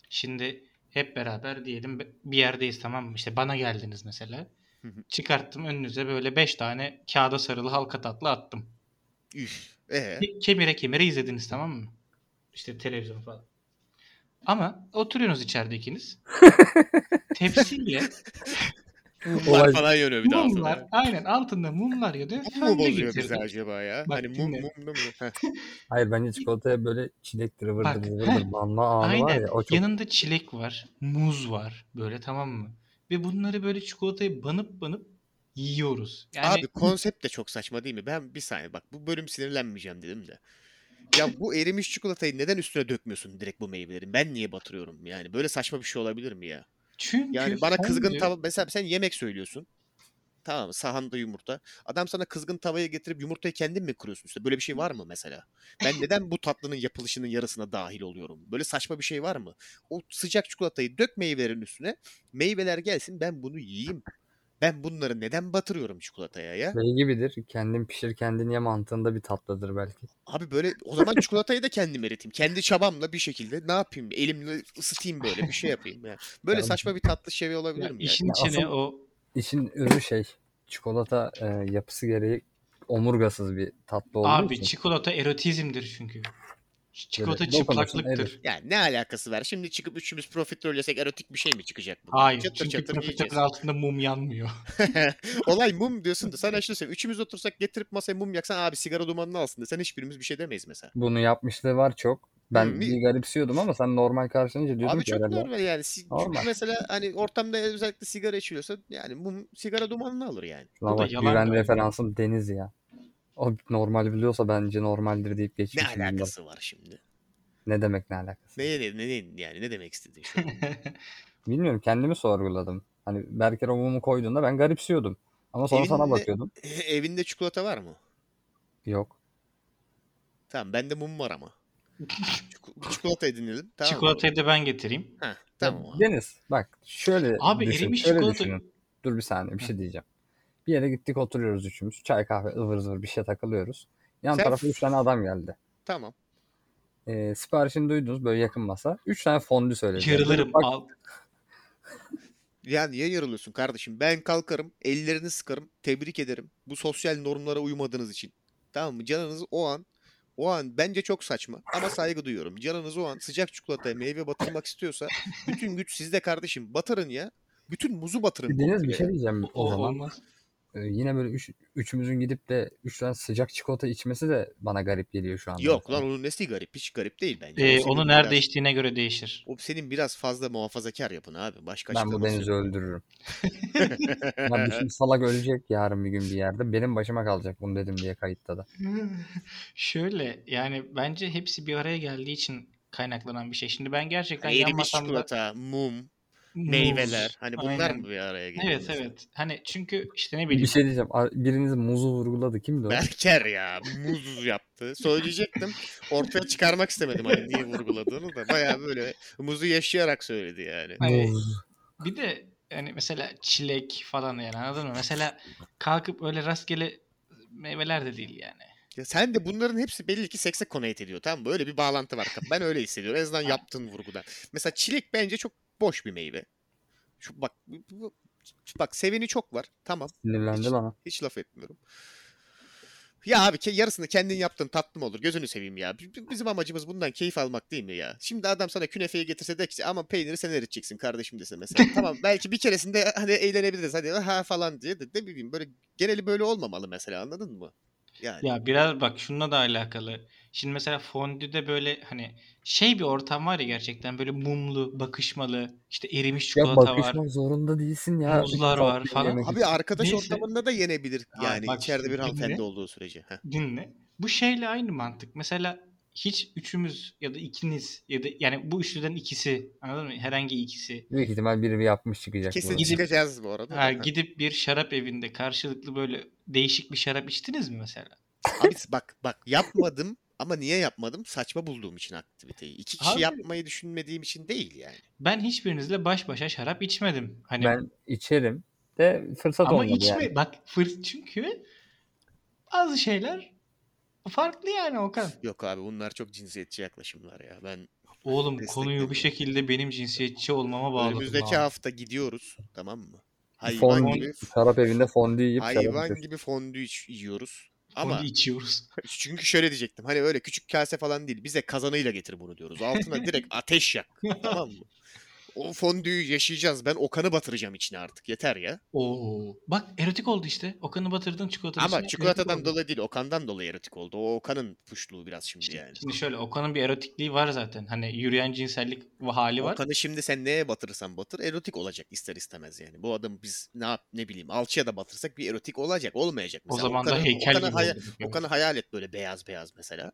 Şimdi hep beraber diyelim be- bir yerdeyiz tamam mı? İşte bana geldiniz mesela.
Hı hı.
Çıkarttım önünüze böyle 5 tane kağıda sarılı halka tatlı attım.
Üf. Ee,
Ke- Kemire kemire izlediniz tamam mı? İşte televizyon falan. Ama oturuyorsunuz
*laughs*
içeride ikiniz. Tepsiyle
mumlar
Olay-
falan yanıyor bir daha
mumlar
sonra.
aynen altında mumlar yanıyor.
Mum mu
Fönde
bozuyor bizi
getirdim.
acaba ya?
Bak
hani mum
dinle.
mum mum. Heh.
Hayır bence çikolataya böyle çilektir
Bak,
vırdır
heh,
vırdır banma anı var
Aynen.
ya o çok
Yanında çilek var, muz var böyle tamam mı? Ve bunları böyle çikolatayı banıp banıp yiyoruz. Yani
Abi konsept de çok saçma değil mi? Ben bir saniye bak bu bölüm sinirlenmeyeceğim dedim de. Ya bu erimiş çikolatayı neden üstüne dökmüyorsun direkt bu meyvelerin? Ben niye batırıyorum yani? Böyle saçma bir şey olabilir mi ya?
çünkü
Yani bana
fondü-
kızgın tava mesela sen yemek söylüyorsun. Tamam mı? sahanda yumurta. Adam sana kızgın tavaya getirip yumurtayı kendin mi kırıyorsun üstüne? Böyle bir şey var mı mesela? Ben neden bu tatlının yapılışının yarısına dahil oluyorum? Böyle saçma bir şey var mı? O sıcak çikolatayı dök meyvelerin üstüne. Meyveler gelsin ben bunu yiyeyim. Ben bunları neden batırıyorum çikolataya ya?
şey gibidir. Kendin pişir kendin ye mantığında bir tatlıdır belki.
Abi böyle o zaman çikolatayı da kendim eriteyim. Kendi çabamla bir şekilde ne yapayım? Elimle ısıtayım böyle bir şey yapayım. Yani. Böyle
Ya-
saçma bir tatlı şey
Ya
olabilir mi? Yani?
işin
Ya
içine
asıl-
o
İşin ürü şey çikolata e, yapısı gereği omurgasız bir tatlı olduğu
abi
için.
çikolata erotizmdir çünkü. Ç- Çikolata
Böyle dokunursun,
çıplaklıktır.
erir.
Yani ne alakası var? Şimdi çıkıp üçümüz profiterol yesek erotik bir şey mi çıkacak? bundan?
Hayır.
Çatır
çünkü
çatır yiyeceğiz.
profiterol altında mum yanmıyor. *laughs*
Olay mum diyorsun da sen açtın sen. Üçümüz otursak getirip masaya mum yaksan abi sigara dumanını alsın desen hiçbirimiz bir şey demeyiz mesela.
Bunu yapmışlığı var çok. Ben
Hı, mi-
bir garipsiyordum ama sen normal karşılayınca diyordun
Abi
ki
çok
herhalde.
normal yani. Si-
Normal.
Çünkü mesela hani ortamda özellikle sigara içiliyorsa yani mum sigara dumanını alır yani.
Lan
Bu da
bak
yalan
güven
galiba.
referansım Deniz ya. O normal biliyorsa bence normaldir deyip
Ne
geçmişim. bunları.
alakası var şimdi?
Ne demek ne alakası?
Ne, ne, ne, ne- yani ne demek istedin şu an?
Bilmiyorum kendimi sorguladım. Hani Berker o mumu koyduğunda ben garipsiyordum. Ama sonra sana
Evinde-
bakıyordum.
*laughs* Evinde çikolata var mı?
Yok.
Tamam bende mum var ama. Çik- çikolata edinelim. Tamam mı?
Çikolatayı da ben getireyim.
Heh,
Ya
tamam abi.
Deniz bak şöyle
Abi
Ee, düşün,
erimiş
şöyle
çikolata-
düşünün. Dur bir saniye bir şey diyeceğim. Bir yere gittik oturuyoruz üçümüz. Çay kahve ıvır zıvır bir şey takılıyoruz. Yan
Sen-
tarafa üç tane adam geldi.
Tamam.
Ee, siparişini duydunuz böyle yakın masa. Üç tane fondü söyledi.
Yarılırım.
Bak,
Al.
Ya niye yarılıyorsun kardeşim? Ben kalkarım, ellerini sıkarım, tebrik ederim. Bu sosyal normlara uymadığınız için. Tamam mı? Canınız o an, o an bence çok saçma ama saygı duyuyorum. Canınız o an sıcak çikolataya meyve batırmak istiyorsa bütün güç sizde kardeşim. Batırın ya. Bütün muzu batırın.
Deniz bir
komple
şey
ya.
diyeceğim o,
O
zaman.
olmaz.
Ee, yine böyle üç, üçümüzün gidip de üç tane sıcak çikolata içmesi de bana garip geliyor şu anda.
Yok
mesela.
lan onun nesi garip? Hiç garip değil bence. O
Ee,
senin
onu nerede
biraz-
içtiğine göre değişir.
O senin biraz fazla muhafazakar yapın abi. Başka
Ben bu
açıklaması
Deniz'i
yok. *laughs*
öldürürüm. ya bir şimdi salak ölecek yarın bir gün bir yerde. Benim başıma kalacak bunu dedim diye kayıtta da.
*laughs* Şöyle yani bence hepsi bir araya geldiği için kaynaklanan bir şey. Şimdi ben gerçekten
Hani
yan
erimiş
masamda
çikolata, mum,
muz,
meyveler. Hani bunlar
aynen.
mı bir araya geliyor?
Evet
mesela?
evet. Hani çünkü işte ne bileyim.
Bir şey diyeceğim. Ar- Biriniz muzu vurguladı. Kimdi o?
Berker ya muz yaptı. Söyleyecektim. Ortaya çıkarmak istemedim hani niye vurguladığını da. Bayağı böyle muzu yaşayarak söyledi yani.
Hani
Muz.
bir de yani mesela çilek falan yani anladın mı? Mesela kalkıp öyle rastgele meyveler de değil yani.
Ya sen de bunların hepsi belli ki sekse koneyt ediyor tamam mı? Öyle bir bağlantı var. Ben öyle hissediyorum. En azından yaptığın vurgudan. Mesela çilek bence çok boş bir meyve. Şu bak bu- bu- Bak seveni çok var. Tamam.
Sinirlendim ama.
Hiç laf etmiyorum. Ya abi ke- yarısını kendin yaptın tatlı mı olur? Gözünü seveyim ya. B- b- Bizim amacımız bundan keyif almak değil mi ya? Şimdi adam sana künefeyi getirse de ki ama peyniri sen eriteceksin kardeşim dese mesela.
*laughs*
tamam belki bir keresinde hani eğlenebiliriz hadi ha falan diye de ne bileyim böyle geneli böyle olmamalı mesela anladın mı? Yani
Ya biraz bak şununla da alakalı. Şimdi mesela fondüde böyle hani şey bir ortam var ya gerçekten böyle mumlu, bakışmalı, işte erimiş
Ya
çikolata var.
bakışmak zorunda değilsin ya.
Muzlar var
Tatlıyı
falan.
yemek
abi arkadaş
Neyse.
ortamında da yenebilir
Ha,
yani
bak
içeride
şimdi
bir hanımefendi
dinle.
olduğu sürece. Heh.
Dinle. Bu şeyle aynı mantık. Mesela hiç üçümüz ya da ikiniz ya da yani bu üçlüden ikisi anladın mı? Herhangi ikisi.
Büyük ihtimal biri bir yapmış çıkacak.
Kesin
bunu.
Gidip-
çıkacağız bu arada.
Ha,
Ha.
gidip bir şarap evinde karşılıklı böyle değişik bir şarap içtiniz mi mesela?
Abi bak bak yapmadım ama niye yapmadım? Saçma bulduğum için aktiviteyi. İki kişi
Abi-
yapmayı düşünmediğim için değil yani.
Ben hiçbirinizle baş başa şarap içmedim. Hani
Ben içerim de fırsat
ama
olmadı
içme
yani.
bak fırs çünkü bazı şeyler farklı yani Okan.
Yok abi bunlar çok cinsiyetçi yaklaşımlar ya. Ben
Oğlum konuyu
Desteklemiyorum.
bu şekilde benim cinsiyetçi olmama bağladım.
önümüzdeki
ha.
hafta gidiyoruz tamam mı? Hayvan
Fondü,
gibi
şarap evinde fondü yiyip şarap
hayvan
içiyorsun.
gibi fondü iç- yiyoruz.
Bunu
Ama
içiyoruz.
çünkü şöyle diyecektim. Hani öyle küçük kase falan değil. Bize kazanıyla getir bunu diyoruz. Altına direkt ateş yak. Tamam mı? O fondüyü yaşayacağız. Ben Okan'ı batıracağım içine artık. Yeter ya.
Oo. Bak erotik oldu işte. Okan'ı batırdın çikolatanın
Ama
içine, erotik
çikolatadan
oldu.
dolayı değil. Okan'dan dolayı erotik oldu. O Okan'ın puşluğu biraz şimdi
Şimdi,
yani.
şimdi şöyle Okan'ın bir erotikliği var zaten. Hani yürüyen cinsellik hali şey var.
Okan'ı şimdi sen neye batırırsan batır erotik olacak ister istemez yani. Bu adam biz ne yap ne bileyim alçıya da batırsak bir erotik olacak olmayacak.
o
Mesela
zaman da
Okan'ı-
heykel
Okan'ı
gibi
haya-
oldu.
Okan'ı hayal et böyle beyaz beyaz mesela.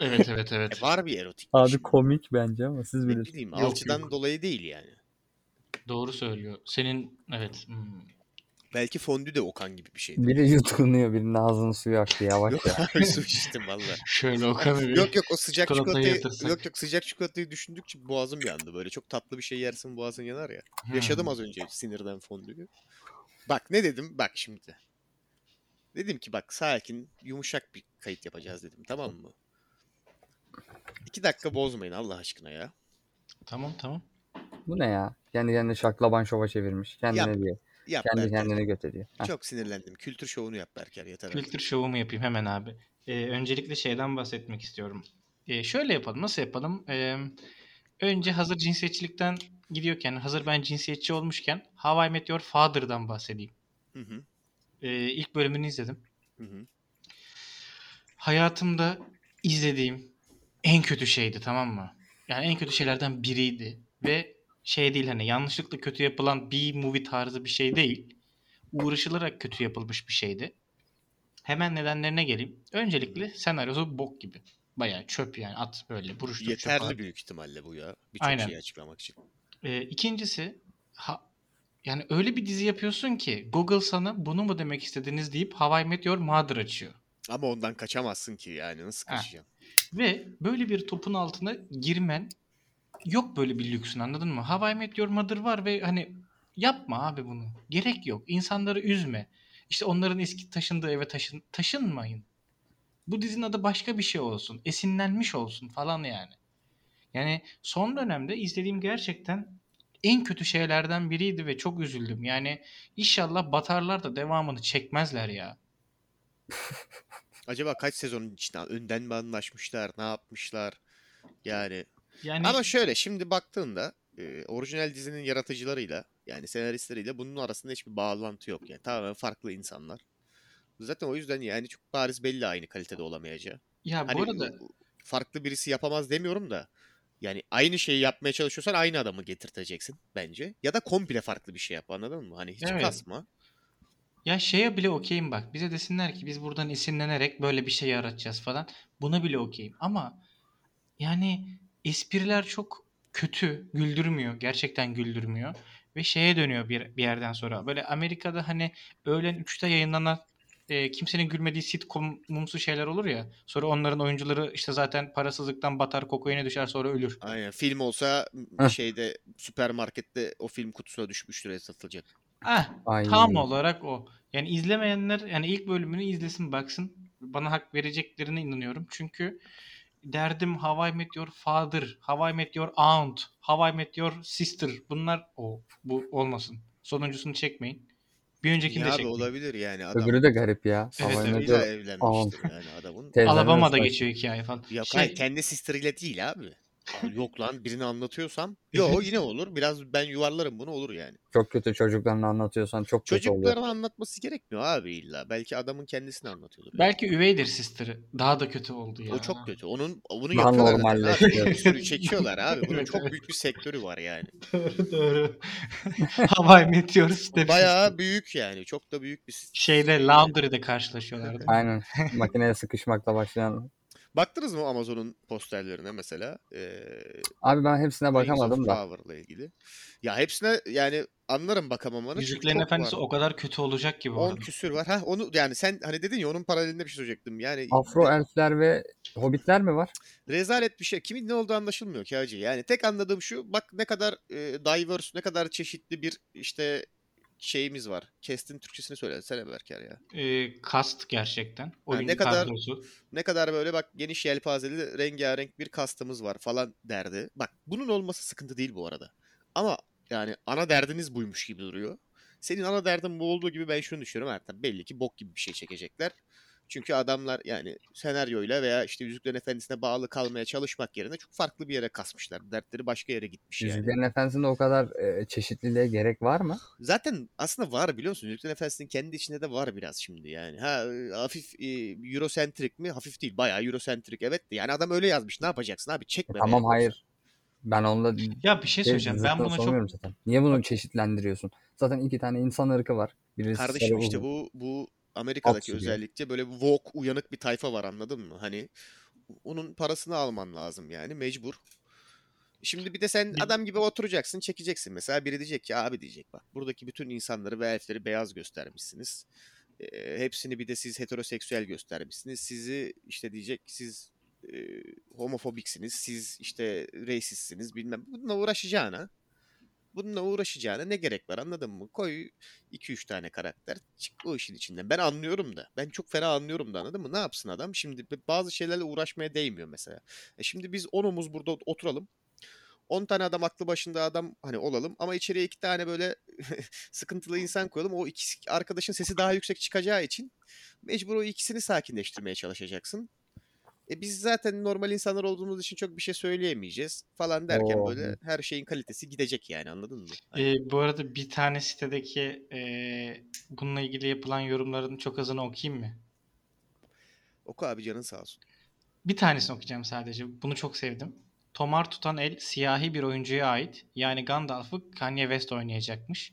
Evet evet evet.
E, var bir erotik.
Abi komik bence ama siz
ne
bilirsiniz.
bileyim
Yok,
alçıdan
yok.
dolayı değil yani.
Doğru söylüyor. Senin evet. hmm.
Belki fondü de Okan gibi bir
*laughs*
şeydir. *laughs*
Biri yutkunuyor birinin ağzının suyu aktı yavaş
Yok
ya.
abi su içtim valla.
Şöyle Okan'ı bir...
Yok yok o sıcak
Çikolatayı
çikolatayı
yatırsak.
yok yok sıcak çikolatayı düşündükçe boğazım yandı böyle. Çok tatlı bir şey yersin boğazın yanar ya.
Hmm.
Yaşadım az önce sinirden fondüyü. Bak ne dedim? Bak şimdi. Dedim ki bak sakin, yumuşak bir kayıt yapacağız dedim. Tamam mı? İki dakika bozmayın Allah aşkına ya.
Tamam tamam.
Bu ne ya? Kendi kendine şaklaban şova çevirmiş. Kendine
Yap,
diyor.
Yap
Kendi
Berker.
kendine Ah. götürüyor. Heh.
Çok sinirlendim. Kültür şovunu yap Berker yeter artık.
Kültür şovumu yapayım hemen abi. Ee, öncelikle şeyden bahsetmek istiyorum. Ee, şöyle yapalım. Nasıl yapalım? Ee, önce hazır cinsiyetçilikten gidiyorken, hazır ben cinsiyetçi olmuşken How I Met Your Father'dan bahsedeyim.
Hı hı.
Ee, ilk bölümünü izledim.
hı hı.
Hayatımda izlediğim en kötü şeydi tamam mı? Yani en kötü şeylerden biriydi. Ve şey değil hani yanlışlıkla kötü yapılan bir movie tarzı bir şey değil. Uğraşılarak kötü yapılmış bir şeydi. Hemen nedenlerine geleyim. Öncelikle senaryosu bok gibi. Bayağı çöp yani at böyle buruştur çöp
Yeterli
abi.
büyük ihtimalle bu ya. Birçok
Aynen.
şeyi açıklamak için.
Ee, ikincisi ha, yani öyle bir dizi yapıyorsun ki Google sana bunu mu demek istediniz deyip How I Met Your Mother açıyor.
Ama ondan kaçamazsın ki yani. Nasıl
Ha.
kaçacaksın?
Ve böyle bir topun altına girmen yok böyle bir lüksün anladın mı? How I Met Your Mother var ve hani yapma abi bunu. Gerek yok. İnsanları üzme. İşte onların eski taşındığı eve taşın taşınmayın. Bu dizinin adı başka bir şey olsun. Esinlenmiş olsun falan yani. Yani son dönemde izlediğim gerçekten en kötü şeylerden biriydi ve çok üzüldüm. Yani inşallah batarlar da devamını çekmezler ya.
Acaba kaç sezonun içinde önden mi anlaşmışlar? Ne yapmışlar? Yani
Yani
Ama şöyle şimdi baktığında e, orijinal dizinin yaratıcılarıyla yani senaristleriyle bunun arasında hiçbir bağlantı yok. Yani tamamen farklı insanlar. Zaten o yüzden yani çok bariz belli aynı kalitede olamayacağı.
ya bu
Hani
arada
e, farklı birisi yapamaz demiyorum da yani aynı şeyi yapmaya çalışıyorsan aynı adamı getirteceksin bence. Ya da komple farklı bir şey yap anladın mı? Hani hiç
Evet.
kasma.
Ya şeye bile okeyim bak. Bize desinler ki biz buradan esinlenerek böyle bir şey yaratacağız falan. Buna bile okeyim. Ama yani espriler çok kötü. Güldürmüyor. Gerçekten güldürmüyor. Ve şeye dönüyor bir, bir yerden sonra. Böyle Amerika'da hani öğlen 3'te yayınlanan e, kimsenin gülmediği sitcom mumsu şeyler olur ya. Sonra onların oyuncuları işte zaten parasızlıktan batar kokaine düşer sonra ölür.
Aynen film olsa m-
Heh.
şeyde süpermarkette o film kutusuna düşmüş liraya satılacak.
Ah,
Ay.
tam olarak o. Yani izlemeyenler yani ilk bölümünü izlesin baksın. Bana hak vereceklerine inanıyorum. Çünkü derdim How I Met Your Father, How I Met Your Aunt, How I Met Your Sister. Bunlar o bu olmasın. Sonuncusunu çekmeyin. Bir öncekini
Niye
de
abi
çekmeyin.
Öbürü yani adam.
Öbürü de garip ya.
Evet,
Havana
öbürü
Öbürü
de-
de
diyor,
evlenmiştir yani
*laughs*
adamın.
teyzenin
Alabama'da
arasında-
geçiyor hikaye falan.
Ya
şey,
hayır, kendi sister'ıyla değil abi. Abi Yok lan birini anlatıyorsam. Yo yine olur. Biraz ben yuvarlarım bunu olur yani.
Çok kötü çocuklarını anlatıyorsan çok kötü oluyor.
Çocuklarına anlatması gerekmiyor abi illa. Belki adamın kendisini anlatıyordur.
belki üveydir sister'ı. Daha da kötü oldu ya.
O çok kötü. Onun bunu
Daha
yapıyorlar. zaten
normalleşiyor.
abi. Bir sürü çekiyorlar abi. Bunun
Evet,
çok
evet.
büyük bir sektörü var yani.
*laughs* doğru doğru. *laughs* Havai Meteor Step.
Bayağı büyük yani. Çok da büyük bir s-
Şeyde Laundry'de karşılaşıyorlardı.
Aynen. Makineye sıkışmakla başlayan.
Baktınız mı Amazon'un posterlerine mesela? Ee,
Abi ben hepsine
Rings of
bakamadım da.
Power'la ilgili. Ya hepsine yani anlarım bakamamanı. çünkü
Yüzüklerin
çok
Efendisi
var.
o kadar kötü olacak ki bu
10
arada.
küsür var. Ha onu yani sen hani dedin ya onun paralelinde bir şey söyleyecektim. Yani
Afro elfler ve hobbitler mi var?
rezalet bir şey. Kimin ne olduğu anlaşılmıyor ki hacı. Yani tek anladığım şu bak ne kadar e, diverse ne kadar çeşitli bir işte şeyimiz var. Kestin Türkçesini söylesene Berker ya.
Ee, kast gerçekten. Oyun
ne kadar-
kadrosu.
Ne kadar böyle bak geniş yelpazeli rengarenk bir kastımız var falan derdi. Bak bunun olması sıkıntı değil bu arada. Ama yani ana derdiniz buymuş gibi duruyor. Senin ana derdin bu olduğu gibi ben şunu düşünüyorum Ertan. Belli ki bok gibi bir şey çekecekler. Çünkü adamlar yani senaryoyla veya işte Yüzüklerin Efendisi'ne bağlı kalmaya çalışmak yerine çok farklı bir yere kasmışlar. Dertleri başka yere gitmiş yani.
Yüzüklerin Efendisi'nde o kadar e, çeşitliliğe gerek var mı?
Zaten aslında var biliyor musun? Yüzüklerin Efendisi'nin kendi içinde de var biraz şimdi yani. Ha e, hafif e, Eurocentric mi? Hafif değil. Bayağı Eurocentric evet de. Yani adam öyle yazmış. Ne yapacaksın abi? Çekme. be.
tamam hayır. Ben onunla
Ya bir
şey,
şey söyleyeceğim. Ben
zıttını
buna çok
savunmuyorum zaten. Niye bunu çeşitlendiriyorsun? Zaten iki tane insan ırkı var. Birisi
Kardeşim
sarı
işte
uzun.
bu bu Amerika'daki
Absürt ya.
özellikle böyle woke uyanık bir tayfa var anladın mı? Hani onun parasını alman lazım yani mecbur. Şimdi bir de sen
Bir-
adam gibi oturacaksın, çekeceksin. Mesela biri diyecek ki abi diyecek bak buradaki bütün insanları ve elfleri beyaz göstermişsiniz. Ee, hepsini bir de siz heteroseksüel göstermişsiniz. Sizi işte diyecek siz e, homofobiksiniz, siz işte reisistsiniz bilmem. Bununla uğraşacağına bununla uğraşacağına ne gerek var anladın mı? Koy 2-3 tane karakter çık o işin içinden. Ben anlıyorum da. Ben çok fena anlıyorum da anladın mı? Ne yapsın adam? Şimdi b- bazı şeylerle uğraşmaya değmiyor mesela. E şimdi biz onumuz burada ot- oturalım. 10 tane adam aklı başında adam hani olalım ama içeriye iki tane böyle *laughs* sıkıntılı insan koyalım. O iki arkadaşın sesi daha yüksek çıkacağı için mecbur o ikisini sakinleştirmeye çalışacaksın. E biz zaten normal insanlar olduğumuz için çok bir şey söyleyemeyeceğiz falan derken
Oo.
böyle her şeyin kalitesi gidecek yani anladın mı?
Ee, bu arada bir tane sitedeki ee, bununla ilgili yapılan yorumların çok azını okuyayım mı?
Oku abi canın sağ olsun.
Bir tanesini okuyacağım sadece. Bunu çok sevdim. Tomar tutan el siyahi bir oyuncuya ait. Yani Gandalf'ı Kanye West oynayacakmış.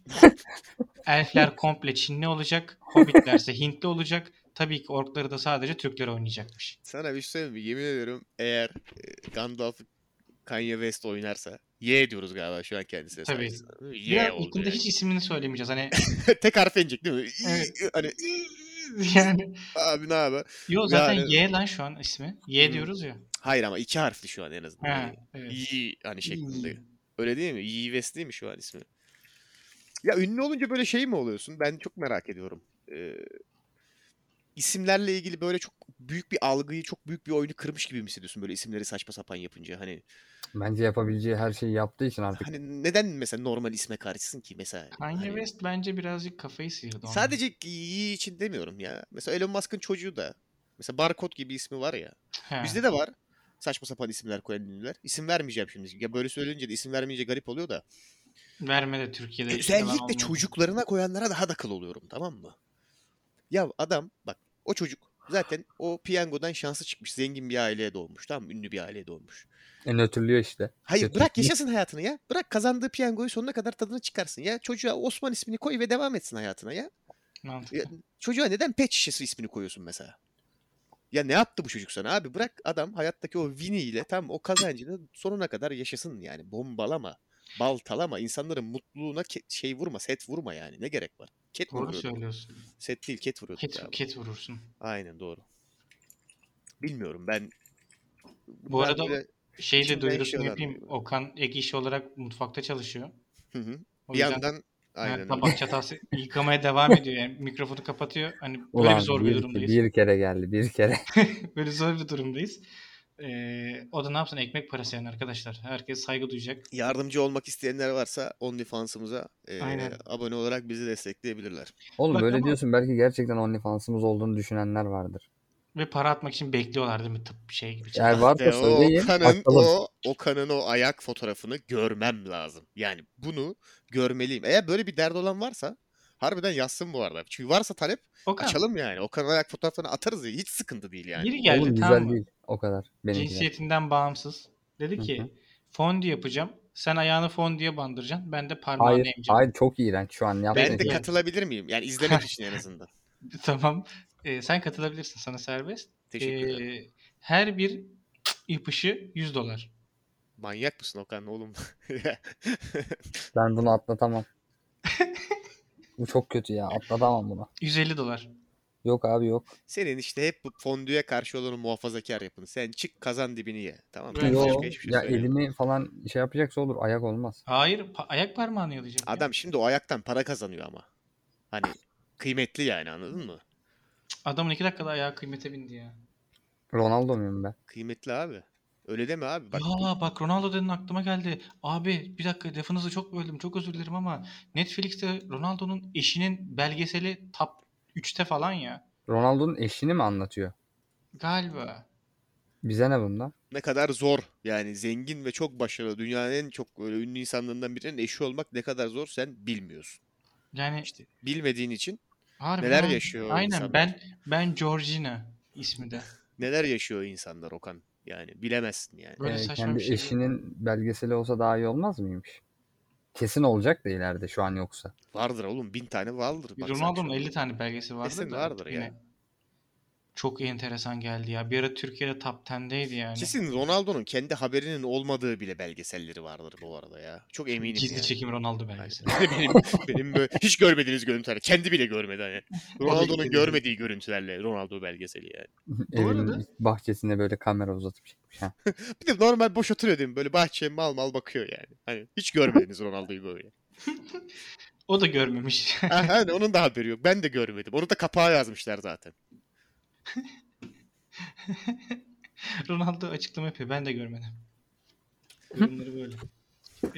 Elfler komple Çinli olacak. Hobbitlerse Hintli olacak. Tabii ki orkları da sadece Türkler oynayacakmış.
Sana bir şey söyleyeyim mi? Yemin ediyorum eğer e, Gandalf Kanye West oynarsa Y diyoruz galiba şu an kendisine.
Tabii.
sadece. Y
Ya
oldu
ilkinde
yani.
hiç ismini söylemeyeceğiz. Hani *laughs*
*laughs* Tek harf inecek değil mi? İ-
Evet.
Hani
yani
abi ne haber?
yo zaten
Yani- Hmm.
Y lan şu an ismi. Y
Hı.
diyoruz ya.
Hayır ama iki harfli şu an en azından.
Ha,
Yani
evet.
Y hani şeklinde. Öyle değil mi? Y West değil mi şu an ismi? Ya ünlü olunca böyle şey mi oluyorsun? Ben çok merak ediyorum. Ee, isimlerle ilgili böyle çok büyük bir algıyı, çok büyük bir oyunu kırmış gibi mi hissediyorsun böyle isimleri saçma sapan yapınca? Hani
Bence yapabileceği her şeyi yaptığı için artık
Hani neden mesela normal isme karşısın ki mesela?
Kanye
Hani
West bence birazcık kafayı sıyırdı. ondan.
Sadece iyi için demiyorum ya. Mesela Elon Musk'ın çocuğu da. Mesela Barkod gibi ismi var ya.
He.
Bizde de var. Saçma sapan isimler koyan ünlüler. İsim vermeyeceğim şimdi. Ya böyle söyleyince de isim vermeyince garip oluyor da.
verme de Türkiye'de. hiç yalan
E, Özellikle
olmadı.
çocuklarına koyanlara daha da kıl oluyorum tamam mı? Ya adam bak o çocuk zaten o piyangodan şansı çıkmış. Zengin bir aileye doğmuş tamam mı? Ünlü bir aileye doğmuş.
en ötürlüyor işte.
Hayır
Kötü
bırak
ismi.
yaşasın hayatını ya. Bırak kazandığı piyangoyu sonuna kadar tadını çıkarsın ya. Çocuğa Osman ismini koy ve devam etsin hayatına ya.
Mantıklı.
ya çocuğa neden pet şişesi ismini koyuyorsun mesela? Ya ne yaptı bu çocuk sana abi? Bırak adam hayattaki o Winnie ile tam o kazancını sonuna kadar yaşasın yani. Bombalama, baltalama, insanların mutluluğuna ke- şey vurma, set vurma yani. Ne gerek var? Ket
Doğru
vuruyordu.
söylüyorsun.
Set değil, ket vuruyordu.
Ket, ket vurursun.
Aynen doğru. Bilmiyorum ben.
Bu arada
böyle-
Şey de
İçimden
duyurusunu
şeyler
yapayım.
duyuyorum.
Okan ek iş olarak mutfakta çalışıyor.
Hı hı.
O
bir
yüzden
yandan
yani
aynen. öyle.
tabak çatası yıkamaya
*laughs*
devam ediyor. Yani mikrofonu kapatıyor. Hani böyle
Ulan
bir zor bir
bir,
durumdayız. *laughs*
bir kere geldi bir kere.
Böyle zor bir durumdayız. Ee, o da ne yapsın ekmek parası yani arkadaşlar. Herkes saygı duyacak.
Yardımcı olmak isteyenler varsa OnlyFans'ımıza e,
Aynen.
abone olarak bizi destekleyebilirler.
Oğlum
Bak
böyle
ama-
diyorsun belki gerçekten OnlyFans'ımız olduğunu düşünenler vardır.
Ve para atmak için bekliyorlar değil mi? Tıp şey gibi.
Eğer varsa
Ve o
söyleyin.
Okan'ın
atalım.
o, Okan'ın o ayak fotoğrafını görmem lazım. Yani bunu görmeliyim. Eğer böyle bir derdi olan varsa harbiden yazsın bu arada. Çünkü varsa talep
Okan,
açalım yani. Okan'ın ayak fotoğraflarını atarız ya. Hiç sıkıntı değil yani.
biri geldi
Oğlum güzel
tamam mı?
değil o kadar. Benimkiler.
Cinsiyetinden bağımsız. Dedi
Hı
ki
hı.
fondü yapacağım. Sen ayağını fondüye bandıracaksın. Ben de parmağını
Hayır,
emeceğim.
hayır çok iğrenç şu an yaptığın
Ben de
Bence-
şey.
katılabilir miyim? Yani izlemek için en
*laughs*
azından.
*laughs* Tamam. Ee, sen katılabilirsin. Sana serbest.
Teşekkür ederim.
Ee, her bir yapışı 100 dolar.
Manyak mısın Okan
*laughs*
oğlum? *laughs*
Ben bunu atlatamam. Bu çok kötü ya. Atlatamam bunu.
150 dolar.
Yok abi yok.
Senin işte hep bu fondüye karşı olanı muhafazakar yapın. Sen çık kazan dibini ye. Tamam mı?
Ben
Yo,
Başka hiçbir şey
ya
söylemiyorum.
elimi falan şey yapacaksa olur. Ayak olmaz.
Hayır pa- ayak parmağını yalayacak. ya.
Adam şimdi o ayaktan para kazanıyor ama. Hani kıymetli yani anladın mı?
Adamın iki dakikada ayağı kıymete bindi ya.
Ronaldo muyum ben?
Kıymetli abi. Öyle deme abi. Bak
ya bak Ronaldo dedin aklıma geldi. Abi bir dakika lafınızı çok böldüm. Çok özür dilerim ama Netflix'te Ronaldo'nun eşinin belgeseli top 3'te falan ya.
Ronaldo'nun eşini mi anlatıyor?
Galiba.
Bize ne bundan?
ne kadar zor. Yani zengin ve çok başarılı. Dünyanın en çok böyle ünlü insanlarından birinin eşi olmak ne kadar zor sen bilmiyorsun.
Yani
İşte bilmediğin için
harbi
neler
Ronaldo-
yaşıyor o
Aynen
insanlar?
ben ben Georgina ismi de.
neler yaşıyor insanlar Okan. Yani bilemezsin yani.
Böyle
Ee,
saçma
kendi
bir şey.
eşinin belgeseli olsa daha iyi olmaz mıymış? Kesin olacak da ileride şu an yoksa.
Vardır oğlum bin tane vardır. Bak sen
Ronaldo'nun
şuna.
50 tane belgesi vardır
Kesin
da
vardır ya.
yine Çok enteresan geldi ya. Bir ara Türkiye'de top 10'deydi yani.
Kesin Ronaldo'nun kendi haberinin olmadığı bile belgeselleri vardır bu arada ya. Çok eminim
Gizli
yani.
çekim Ronaldo
Aynen.
belgeseli.
*laughs* benim, benim böyle hiç görmediğiniz görüntüler. Kendi bile görmedi
*laughs*
hani. Ronaldo'nun görmediği görüntülerle Ronaldo belgeseli yani.
arada-
Evinin bahçesinde böyle kamera uzatıp şey çekmiş. Ha.
Bir de normal boş oturuyor değil mi? Böyle bahçeye mal mal bakıyor yani. Hani hiç görmediniz Ronaldo'yu
*laughs*
böyle.
O da görmemiş. *laughs*
Ha, hani onun da haberi yok. Ben de görmedim. Onu da kapağa yazmışlar zaten.
Ronaldo açıklama yapıyor. Ben de görmedim. Yorumları böyle.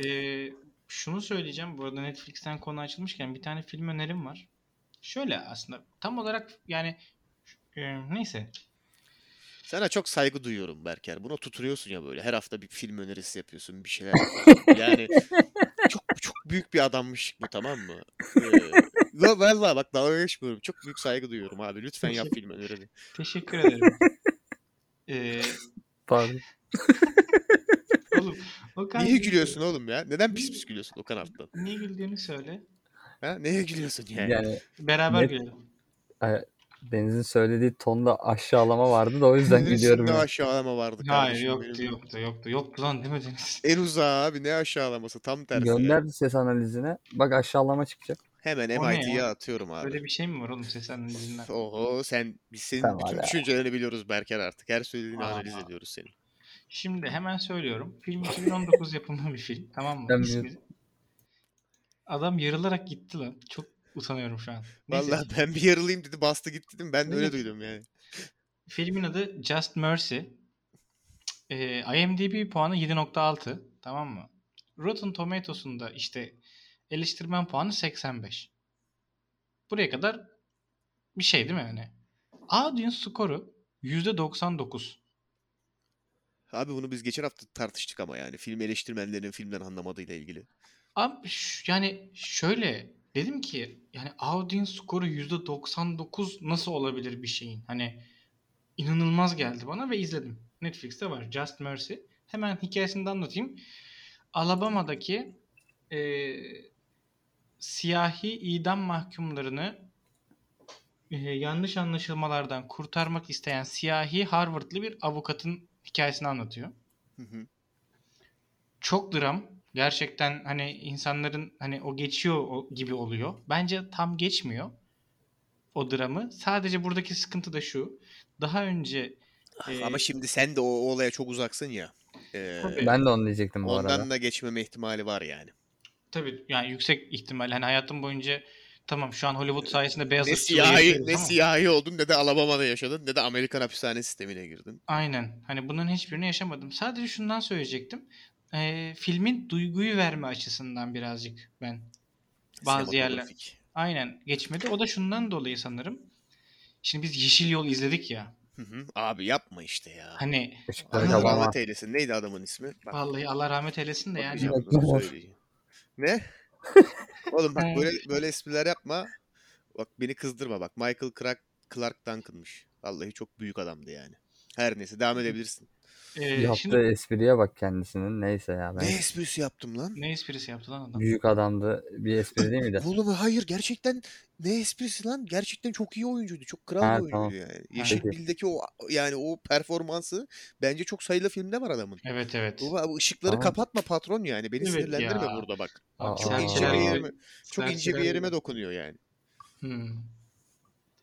Ee, şunu söyleyeceğim. Bu arada Netflix'ten konu açılmışken bir tane film önerim var. Şöyle aslında tam olarak yani e, neyse.
Sana çok saygı duyuyorum Berker. Buna tuturuyorsun ya böyle. Her hafta bir film önerisi yapıyorsun. Bir şeyler yapıyorsun. Yani çok çok büyük bir adammış bu tamam mı? Ee, la- Valla bak dalga geçmiyorum. Çok büyük saygı duyuyorum abi. Lütfen yap film önerini.
Teşekkür ederim. Ee,
Pardon.
oğlum Okan
Niye gülüyorsun oğlum ya? Neden pis pis gülüyorsun Okan Alttan?
Niye güldüğünü söyle.
Ha? Neye gülüyorsun yani?
Yani
Beraber
Net-
gülelim.
Deniz'in söylediği tonda aşağılama vardı da o
*laughs*
yüzden
Neresinde
gidiyorum. ya.
aşağılama vardı
Hayır
kardeşim
yoktu
benim?
yoktu yoktu yoktu lan değil mi Deniz?
En uzağı abi ne aşağılaması tam tersi.
Gönder ses analizine. Bak aşağılama çıkacak.
Hemen
O ne
MIT'ye
ya?
atıyorum abi.
Öyle bir şey mi var oğlum ses analizinden?
Oho sen biz senin
Sen var
bütün
ya.
düşüncelerini biliyoruz Berker artık. Her söylediğini
Aa.
analiz ediyoruz senin.
Şimdi hemen söylüyorum. Film 2019 yapımı bir film. Tamam mı?
Ben
İsmi- Adam yarılarak gitti lan. Çok utanıyorum şu an. Neyse.
Vallahi ben bir yarılıyım dedi bastı gitti dedim. Ben de öyle
Evet.
duydum yani.
Filmin adı Just Mercy. Ee, IMDb puanı 7.6. Tamam mı? Rotten Tomatoes'unda işte eleştirmen puanı 85. Buraya kadar bir şey değil mi yani? Audience skoru %99.
Abi bunu biz geçen hafta tartıştık ama yani. Film eleştirmenlerinin filmden anlamadığıyla ilgili.
Abi ş- yani şöyle dedim ki yani audience skoru %99 nasıl olabilir bir şeyin? Hani inanılmaz geldi bana ve izledim. Netflix'te var Just Mercy. Hemen hikayesini de anlatayım. Alabama'daki eee, siyahi idam mahkumlarını eee, yanlış anlaşılmalardan kurtarmak isteyen siyahi Harvard'lı bir avukatın hikayesini anlatıyor
Hı hı.
çok dram. Gerçekten hani insanların hani o geçiyor o- gibi oluyor. Bence tam geçmiyor o dramı. Sadece buradaki sıkıntı da şu. Daha önce e,
Ah, Ama şimdi sen de o, o olaya çok uzaksın ya. Ee,
Tabii.
Ben de onu diyecektim bu arada.
ondan da geçmeme ihtimali var yani.
tabii yani yüksek ihtimal hani hayatım boyunca Tamam şu an Hollywood sayesinde beyaz
Ne
ırkçılığı
siyahi,
yaşıyoruz
ne
ama-
siyahi oldun ne de Alabama'da yaşadın ne de Amerikan hapishane sistemine girdin.
Aynen. Hani bunların hiçbirini yaşamadım. Sadece şundan söyleyecektim. Ee, filmin duyguyu verme açısından birazcık ben bazı yerler.
Sinematografik.
Aynen geçmedi. O da şundan dolayı sanırım. Şimdi biz Yeşil Yol izledik ya.
Hı hı. Abi yapma işte ya.
Hani
Işıkları
Allah
kapanan.
rahmet eylesin. Neydi adamın ismi? Bak,
vallahi Allah rahmet eylesin de yani.
bakacağım,
yani.
bunu söyleyeceğim. Ne?
*laughs*
Oğlum bak
Evet.
böyle böyle espriler yapma. Bak beni kızdırma bak. Michael Clark, Clark Duncan'mış. Vallahi çok büyük adamdı yani. Her neyse devam edebilirsin.
e,
Yaptığı
şimdi
espriye bak kendisinin. Neyse ya ben.
Ne esprisi yaptım lan?
ne esprisi yaptı lan adam?
Büyük adamdı. Bir espri
*laughs*
değil miydi?
Oğlum hayır gerçekten ne esprisi lan? Gerçekten çok iyi oyuncuydu. Çok kral
Ha,
bir oyuncuydu
tamam.
yani. Yeşilgül'deki o yani o performansı bence çok sayılı filmde var adamın.
Evet evet.
Bu, bu ışıkları
Tamam.
kapatma patron yani. Beni
Evet
sinirlendirme
ya.
burada bak.
Aa,
Çok
aa,
ince
aa.
bir
Serçeler-
yerime, çok ince bir
serçeler-
yerime dokunuyor yani.
Hmm.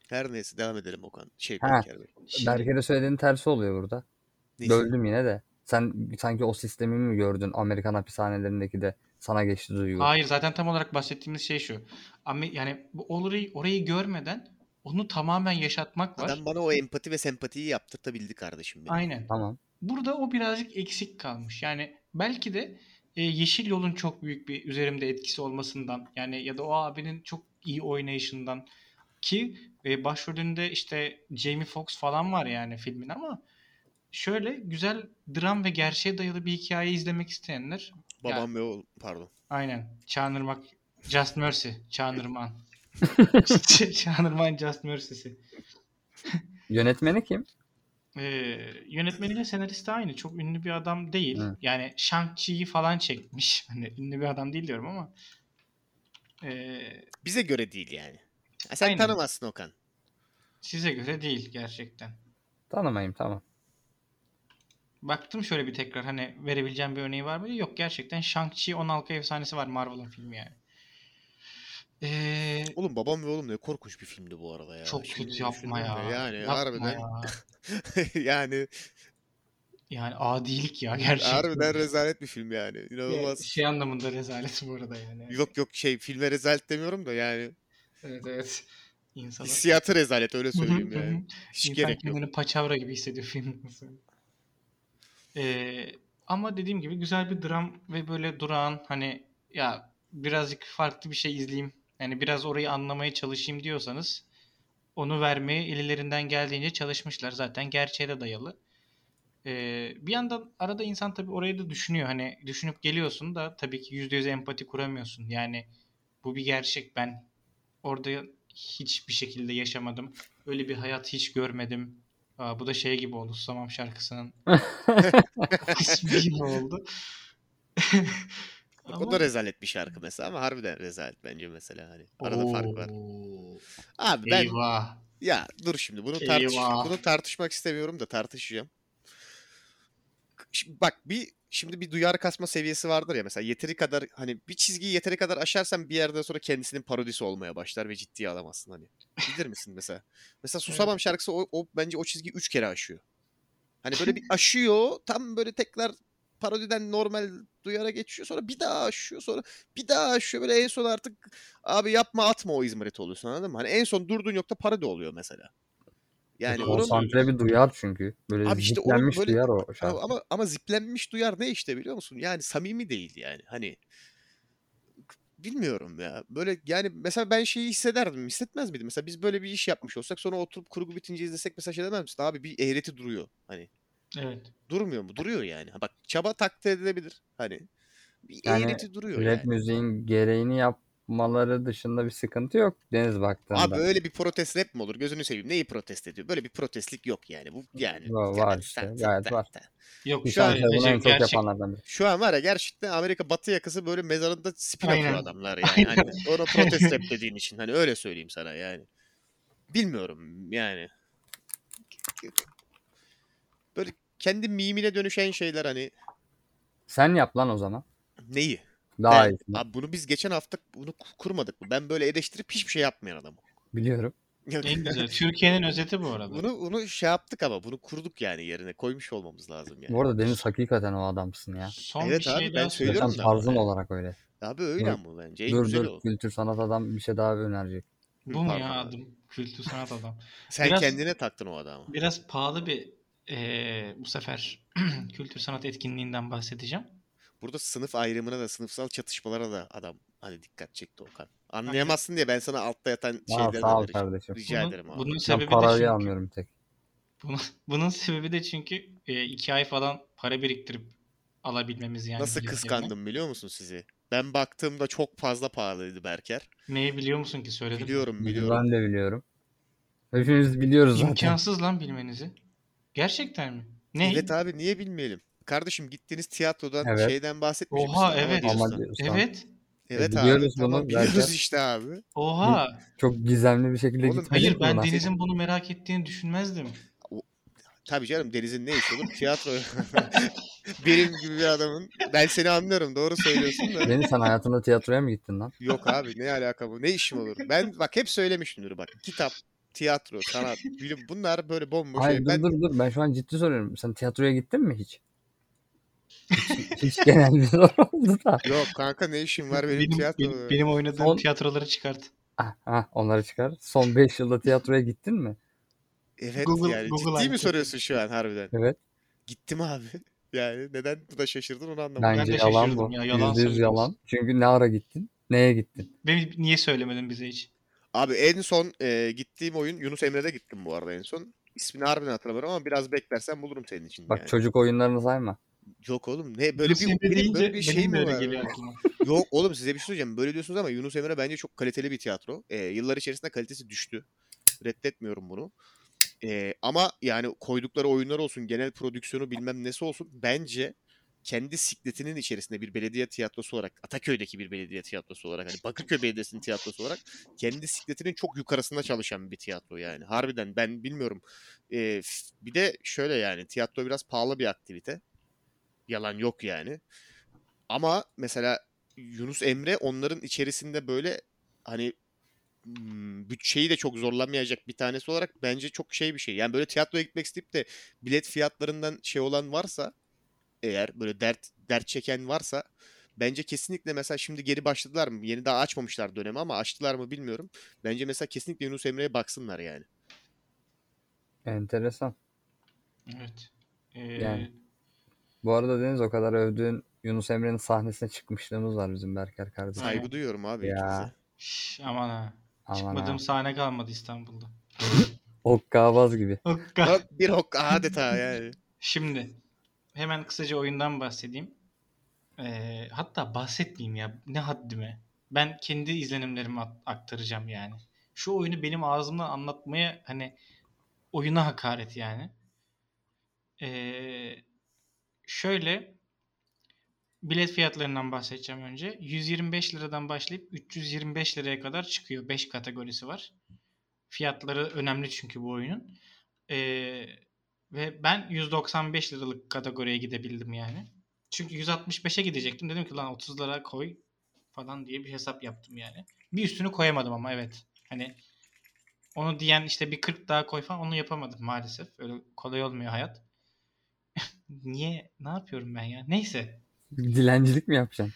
Her neyse devam edelim Okan. Şey
Ha.
Berker Bey.
Şimdi-
Berker'e söylediğin tersi oluyor burada.
Neyse.
Böldüm yine de. Sen sanki o sistemi mi gördün Amerikan hapishanelerindeki de sana geçti duygu.
Hayır zaten tam olarak bahsettiğimiz şey şu. Ama yani bu orayı, orayı görmeden onu tamamen yaşatmak var.
Adam bana o empati ve sempatiyi yaptırtabildi kardeşim benim.
Aynen.
Tamam.
Burada o birazcık eksik kalmış. Yani belki de e, Yeşil Yol'un çok büyük bir üzerimde etkisi olmasından yani ya da o abinin çok iyi oynayışından ki e, başrolünde işte Jamie Foxx falan var yani filmin ama şöyle güzel dram ve gerçeğe dayalı bir hikaye izlemek isteyenler
Babam ve oğlum pardon.
aynen Çağınırmak Just Mercy Çağınırman Çağınırman Just Mercy'si.
Yönetmeni kim?
Ee, yönetmeniyle senaristi aynı. Çok ünlü bir adam değil.
Hı.
Yani Shang-Chi'yi falan çekmiş. *laughs* Hani ünlü bir adam değil diyorum ama. Ee,
Bize göre değil yani. Ha, sen
Aynen.
tanımazsın Okan.
size göre değil gerçekten.
Tanımayayım tamam.
Baktım şöyle bir tekrar hani verebileceğim bir örneği var mı? diye. Yok gerçekten Shang-Chi 10 halka efsanesi var Marvel'ın filmi yani. Ee,
Oğlum babam ve oğlum ne korkunç bir filmdi bu arada ya.
çok
Şimdi
kötü yapma
düşündüm de
ya.
Yani
Yapma
harbiden
ya.
*laughs* yani
Yani adilik ya
*laughs*
gerçekten.
harbiden rezalet bir film yani.
Ee,
İnanılmaz.
Şey anlamında rezalet bu arada yani.
Yok yok şey filme rezalet demiyorum da yani
Evet evet. İnsana.
hissiyatı rezalet öyle
Hı hı,
söyleyeyim
hı hı.
yani. Hiç
İnsan
gerek yok.
kendini paçavra gibi hissediyor filmin sonunda. Ee, ama dediğim gibi güzel bir dram ve böyle durağan hani ya birazcık farklı bir şey izleyeyim. Yani biraz orayı anlamaya çalışayım diyorsanız onu vermeye ellerinden geldiğince çalışmışlar zaten gerçeğe de dayalı. Ee, bir yandan arada insan tabii orayı da düşünüyor. Hani düşünüp geliyorsun da tabii ki %100 empati kuramıyorsun. Yani bu bir gerçek. Ben orada hiçbir şekilde yaşamadım. Öyle bir hayat hiç görmedim. Aa, bu da şey gibi oldu.
*laughs*
Susamam şarkısının ismi gibi oldu.
Bak, O da rezalet bir şarkı mesela ama harbiden rezalet bence mesela hani. Arada fark var.
Oo,
Abi ben
Eyvah.
ya dur şimdi bunu tartış
Eyvah.
bunu tartışmak istemiyorum da tartışacağım. Şimdi bak bir şimdi bir duyar kasma seviyesi vardır ya mesela yeteri kadar hani bir çizgiyi yeteri kadar aşarsan bir yerden sonra kendisinin parodisi olmaya başlar ve ciddiye alamazsın hani. Bilir misin mesela? Mesela Susamam şarkısı o, o bence o çizgiyi 3 kere aşıyor. Hani böyle bir aşıyor tam böyle tekrar parodiden normal duyara geçiyor sonra bir daha aşıyor sonra bir daha aşıyor böyle en son artık abi yapma atma o İzmarit oluyorsun anladın mı? Hani en son durduğun nokta parodi oluyor mesela. Yani onun-
Konsantre bir duyar çünkü. Böyle
Abi işte onun
e, ziplenmiş
böyle-
duyar o şarkı.
ama, ama ama ziplenmiş duyar ne işte biliyor musun? Yani samimi değil yani. Hani bilmiyorum ya. Böyle yani mesela ben şeyi hissederdim. Hissetmez miydim? Mesela biz böyle bir iş yapmış olsak sonra oturup kurgu bitince izlesek mesela şey demez misin? Abi bir eğreti duruyor. Hani
Evet.
durmuyor mu? Duruyor yani. Ha Bak çaba takdir edilebilir. Hani bir
Yani
eğreti duruyor
Rap
yani.
müziğin gereğini yapmaları dışında bir sıkıntı yok Deniz baktığında.
Abi öyle bir protest rap mi olur? Gözünü seveyim. Neyi protest ediyor? Böyle bir protestlik yok yani. Bu yani.
Var- var işte, gayet var.
Yok
İnsan
sadece
tarafından en çok
gerçek.
yapanlardan biri.
Şu an var ya gerçekten Amerika Batı yakası böyle mezarında spin atıyor
Aynen.
adamlar yani. Hani ona protest
*laughs*
rap dediğin için hani öyle söyleyeyim sana yani. Bilmiyorum yani. Böyle kendi mimine dönüşen şeyler hani
Sen yap lan o zaman.
neyi?
Daha
Ben-
iyisini.
Abi bunu biz geçen hafta bunu ku- kurmadık mı? Ben böyle eleştirip hiçbir şey yapmayan adamım. *laughs*
Biliyorum.
En güzel. Türkiye'nin özeti bu arada.
bunu bunu şey yaptık ama bunu kurduk yani yerine koymuş olmamız lazım yani.
Bu arada Deniz hakikaten o adamsın ya.
Son
Evet
bir şey
abi, ben
daha
söylüyorum
Zaten
da.
tarzın olarak öyle.
Abi öyle
Dur.
ama bence. En
dur
güzel
dur
o.
kültür sanat adam bir şey daha önerecek.
Bu mu ya
Pardon.
adım? Kültür sanat adam.
Sen
Biraz-
kendine taktın o adamı.
Biraz pahalı bir eee, bu sefer *clears throat* kültür sanat etkinliğinden bahsedeceğim.
Burada sınıf ayrımına da sınıfsal çatışmalara da adam hani dikkat çekti Okan. Anlayamazsın diye ben sana altta yatan
Aa,
şeylerden
sağ ol
vereceğim.
kardeşim.
Rica
bunun,
ederim abi.
Bunun
Ben
sebebi de
parayı
çünkü,
almıyorum tek.
bunun, bunun sebebi de çünkü eee, iki ay falan para biriktirip alabilmemiz yani.
Nasıl
biletlerini.
kıskandım biliyor musun sizi? Ben baktığımda çok fazla pahalıydı Berker.
Neyi biliyor musun ki söyledim. mi?
Biliyorum biliyorum.
Ben de biliyorum. Hepimiz biliyoruz zaten.
İmkansız lan bilmenizi. Gerçekten mi? Ne?
Evet abi niye bilmeyelim? Kardeşim gittiğiniz tiyatrodan
Evet.
şeyden bahsetmeyecek
Oha
misin? Ama
evet.
diyorsun.
Ama diyorsan.
Evet.
Evet
E,
abi
biliyoruz
tamam
bunu
biliyoruz
Berker.
işte abi.
Oha.
Çok gizemli bir şekilde
Oğlum,
gitmedik
Hayır
mi
ben
buna?
Deniz'in bunu merak ettiğini düşünmezdim.
Tabii canım Deniz'in ne işi olur? Tiyatro. *laughs* Benim gibi bir adamın. Ben seni anlıyorum doğru söylüyorsun da.
*laughs* Deniz sen hayatında tiyatroya mı gittin lan?
Yok abi ne alaka bu? Ne işim olur? Ben bak hep söylemişimdir bak. Kitap, tiyatro, sanat, bilim bunlar böyle bomboş.
Hayır
şey.
dur
Ben
dur dur ben şu an ciddi soruyorum. Sen tiyatroya gittin mi hiç? Hiç, hiç genel bir soru oldu da.
yok kanka ne işim var benim,
Benim,
tiyatro.
benim, benim oynadığım
Son-
tiyatroları çıkart.
Ah, ah, onları çıkar. Son 5 yılda tiyatroya gittin mi?
Evet
Google-
yani
Google
ciddi mi
anketi.
soruyorsun şu an harbiden?
Evet.
Gittim abi. Yani neden bu da şaşırdın onu anlamadım.
Ben
Bence
de
yalan
şaşırdım
bu.
ya,
Ya,
yalan söylüyorsun.
yalan. Çünkü ne ara gittin? Neye gittin?
Beni niye söylemedin bize hiç?
Abi en son e, gittiğim oyun Yunus Emre'de gittim bu arada en son. İsmini harbiden hatırlamıyorum ama biraz beklersen bulurum senin için.
Bak
yani.
çocuk oyunlarını sayma.
Yok oğlum ne böyle
Yunus
bir,
Emre
benim böyle
deyince
bir şey
benim de
mi
öyle
var?
geliyor
*laughs*
aklıma.
Yok oğlum size bir şey söyleyeceğim. Böyle diyorsunuz ama Yunus Emre bence çok kaliteli bir tiyatro. Ee, yıllar içerisinde kalitesi düştü. Reddetmiyorum bunu. Ee, ama yani koydukları oyunlar olsun, genel prodüksiyonu bilmem nesi olsun. Bence kendi sikletinin içerisinde bir belediye tiyatrosu olarak, Ataköy'deki bir belediye tiyatrosu olarak, hani Bakırköy Belediyesi'nin tiyatrosu olarak kendi sikletinin çok yukarısında çalışan bir tiyatro yani. Harbiden ben bilmiyorum. Ee, f- bir de şöyle yani tiyatro biraz pahalı bir aktivite. Yalan yok yani. Ama mesela Yunus Emre onların içerisinde böyle hani hmm, bütçeyi de çok zorlamayacak bir tanesi olarak bence çok şey bir şey. Yani böyle tiyatroya gitmek isteyip de bilet fiyatlarından şey olan varsa eğer böyle dert dert çeken varsa bence kesinlikle mesela şimdi geri başladılar mı? Yeni daha açmamışlar dönemi ama açtılar mı bilmiyorum. Bence mesela kesinlikle Yunus Emre'ye baksınlar yani.
Enteresan.
Evet. Ee,
Yani. Bu arada Deniz o kadar övdüğün Yunus Emre'nin sahnesine çıkmışlığımız var bizim Berker kardeşim.
Hayır.
Saygı duyuyorum abi
Ya.
ikinize.
şş, aman ha.
Aman ha.
Çıkmadığım sahne kalmadı İstanbul'da.
Hokkabaz gibi. *laughs*
Hakka.
Bak Bir hok adeta yani.
Şimdi hemen kısaca oyundan bahsedeyim. Ee, hatta bahsetmeyeyim ya ne haddime. Ben kendi izlenimlerimi at- aktaracağım yani. Şu oyunu benim ağzımdan anlatmaya hani oyuna hakaret yani. Ee, şöyle bilet fiyatlarından bahsedeceğim önce. 125 liradan başlayıp 325 liraya kadar çıkıyor. 5 kategorisi var. Fiyatları önemli çünkü bu oyunun. Ee, ve ben 195 liralık kategoriye gidebildim yani. Çünkü 165'e gidecektim. Dedim ki lan 30 lira koy falan diye bir hesap yaptım yani. Bir üstünü koyamadım ama evet. Hani onu diyen işte bir 40 daha koy falan onu yapamadım maalesef. Öyle kolay olmuyor hayat. *laughs* Niye? Ne yapıyorum ben ya? Neyse.
Dilencilik mi yapacaksın?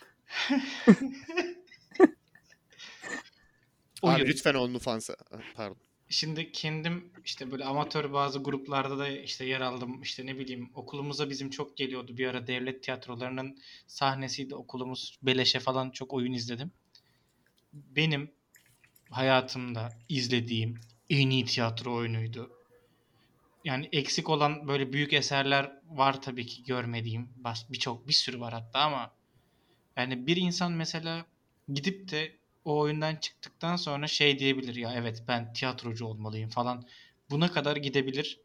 Oyun.
Abi lütfen OnlyFans'a. Pardon.
Şimdi kendim işte böyle amatör bazı gruplarda da işte yer aldım. İşte ne bileyim okulumuza bizim çok geliyordu. Bir ara devlet tiyatrolarının sahnesiydi okulumuz. Beleşe falan çok oyun izledim. Benim hayatımda izlediğim en iyi tiyatro oyunuydu. Yani eksik olan böyle büyük eserler var tabii ki görmediğim. Bas- Birçok bir sürü var hatta ama yani bir insan mesela gidip de o oyundan çıktıktan sonra şey diyebilir ya evet ben tiyatrocu olmalıyım falan. Buna kadar gidebilir.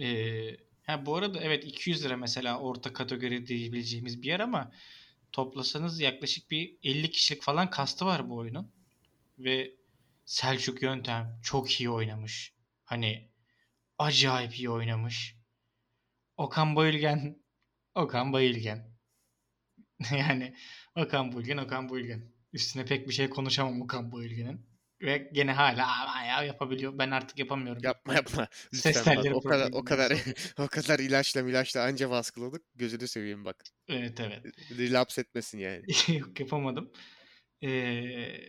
Ee, ha bu arada evet 200 lira mesela orta kategori diyebileceğimiz bir yer ama toplasanız yaklaşık bir 50 kişilik falan kastı var bu oyunun. Ve Selçuk Yöntem çok iyi oynamış. Hani acayip iyi oynamış. Okan Bayülgen *laughs* Okan Bayülgen. *laughs* yani Okan Bayülgen Okan Bayülgen. Üstüne pek bir şey konuşamam Okan Bayülgen'in. Ve gene hala "Aman ya yapabiliyor. Ben artık yapamıyorum.
Yapma yapma. Lütfen
Ses
bak,
telleri
O kadar o
problemi
kadar *laughs* o kadar ilaçla ilaçla anca baskıladık. Gözünü seveyim bak.
Evet evet.
Relaps etmesin yani.
*laughs* Yok yapamadım. Ee,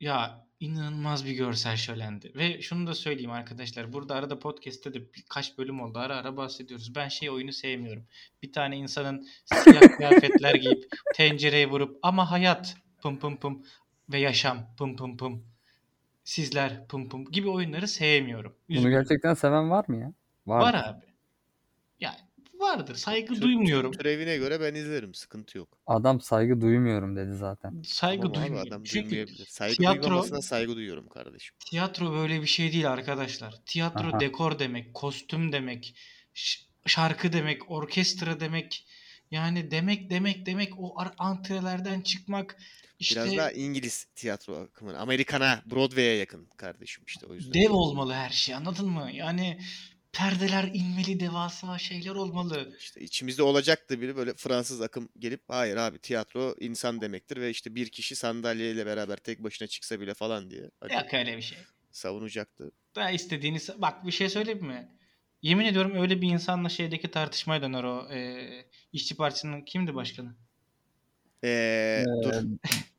ya inanılmaz bir görsel şölendi. Ve şunu da söyleyeyim arkadaşlar. Burada arada podcast'te de birkaç bölüm oldu. Ara ara bahsediyoruz. Ben şey oyunu sevmiyorum. Bir tane insanın siyah kıyafetler giyip tencereye vurup ama hayat pım pım pım ve yaşam pım pım pım sizler pım pım gibi oyunları sevmiyorum.
Bunu
Üzgünüm.
gerçekten seven var mı ya?
Var abi. Yani vardır. Saygı
Tür-
duymuyorum.
Türevine göre ben izlerim. Sıkıntı yok.
Adam saygı duymuyorum dedi zaten.
Saygı
Tamam abi,
duymuyorum.
adam
Çünkü
duymayabilir. Saygı
tiyatro-
duymamasına saygı duyuyorum kardeşim.
tiyatro böyle bir şey değil arkadaşlar. Tiyatro
Aha.
dekor demek, kostüm demek, ş- şarkı demek, orkestra demek. Yani demek demek demek o ar- antrelerden çıkmak işte
Biraz daha İngiliz tiyatro akımına. Amerikan'a, Broadway'e yakın kardeşim işte o yüzden.
dev olmalı her şey anladın mı? Yani perdeler inmeli devasa şeyler olmalı.
İşte içimizde olacaktı biri böyle Fransız akım gelip hayır abi tiyatro insan demektir ve işte bir kişi sandalyeyle beraber tek başına çıksa bile falan diye hadi
Yok öyle bir şey.
savunacaktı.
Daha istediğiniz bak bir şey söyleyeyim mi? Yemin ediyorum öyle bir insanla şeydeki tartışmaya döner o eee işçi partisinin kimdi başkanı?
Ee, dur.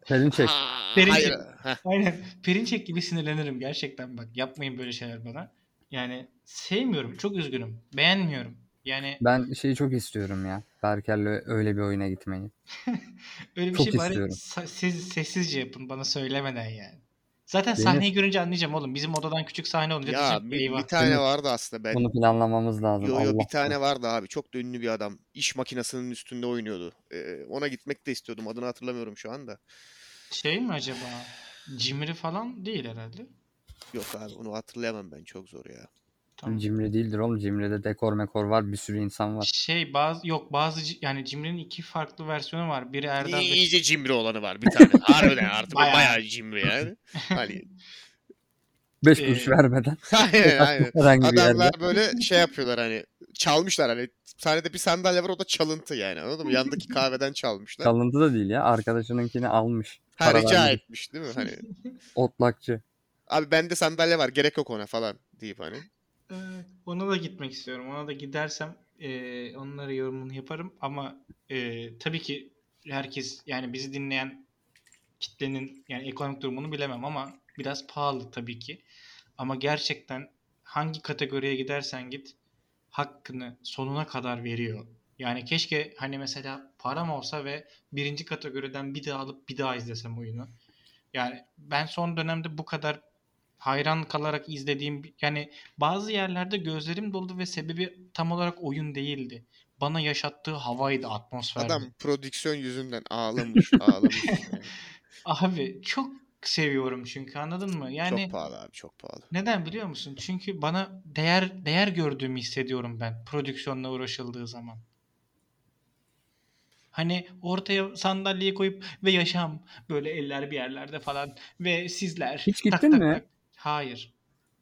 Perinçek.
Aa,
Perinçek.
hayır. Heh.
Aynen. Perinçek gibi sinirlenirim gerçekten bak. Yapmayın böyle şeyler bana. Yani sevmiyorum. Çok üzgünüm. Beğenmiyorum. Yani
Ben şeyi çok istiyorum ya. Berker'le öyle bir oyuna gitmeyi.
öyle bir
çok
şey bari
istiyorum.
sa- siz sessizce yapın bana söylemeden yani. Zaten
Benim-
sahneyi görünce anlayacağım oğlum. Bizim odadan küçük sahne olunca
Ya
diyeceğim,
bir,
eyvah.
bir tane
Bunu-
vardı aslında ben.
Bunu planlamamız lazım.
Yo yo
Allah
bir tane vardı abi. Çok da ünlü bir adam. İş makinesinin üstünde oynuyordu. Ee, ona gitmek de istiyordum. Adını hatırlamıyorum şu anda.
Şey mi acaba? Cimri falan değil herhalde.
Yok abi onu hatırlayamam ben. Çok zor ya.
Tamam.
Cimri değildir oğlum. Cimri'de dekor mekor var. Bir sürü insan var.
Şey bazı yok bazı ci- yani Cimri'nin iki farklı versiyonu var. Biri Erdem
İyi-
Bey.
İyice cimri olanı var bir tane. Harbiden artık bayağı.
Bayağı.
cimri yani. Hani *laughs*
Beş
Ee,
kuruş vermeden.
aynen aynen.
Herhangi bir yerde.
Adamlar böyle şey yapıyorlar hani çalmışlar hani sahnede bir sandalye var o da çalıntı yani anladın mı? Yandaki kahveden çalmışlar.
Çalıntı da değil ya. Arkadaşınınkini almış.
ha
Para
rica
vermiş.
etmiş değil mi? Hani
Otlakçı.
abi bende sandalye var gerek yok ona falan deyip hani.
Ee, Ona da gitmek istiyorum. Ona da gidersem eee onlara yorumunu yaparım. Ama eee, tabii ki herkes yani bizi dinleyen kitlenin yani ekonomik durumunu bilemem ama biraz pahalı tabii ki. Ama gerçekten hangi kategoriye gidersen git hakkını sonuna kadar veriyor. Yani keşke hani mesela param olsa ve birinci kategoriden bir daha alıp bir daha izlesem oyunu. Yani ben son dönemde bu kadar hayran kalarak izlediğim bir- yani bazı yerlerde gözlerim doldu ve sebebi tam olarak oyun değildi. Bana yaşattığı havaydı, atmosferdi.
Adam prodüksiyon yüzünden
*laughs*
ağlamış ağlamış. yani.
Abi çok seviyorum çünkü anladın mı? Yani
Çok pahalı abi çok pahalı.
neden biliyor musun? Çünkü bana değer değer gördüğümü hissediyorum ben prodüksiyonla uğraşıldığı zaman. Hani ortaya sandalyeyi koyup ve yaşam böyle eller bir yerlerde falan ve sizler
Hiç
tak
gittin
tak
mi?
tak. Hayır.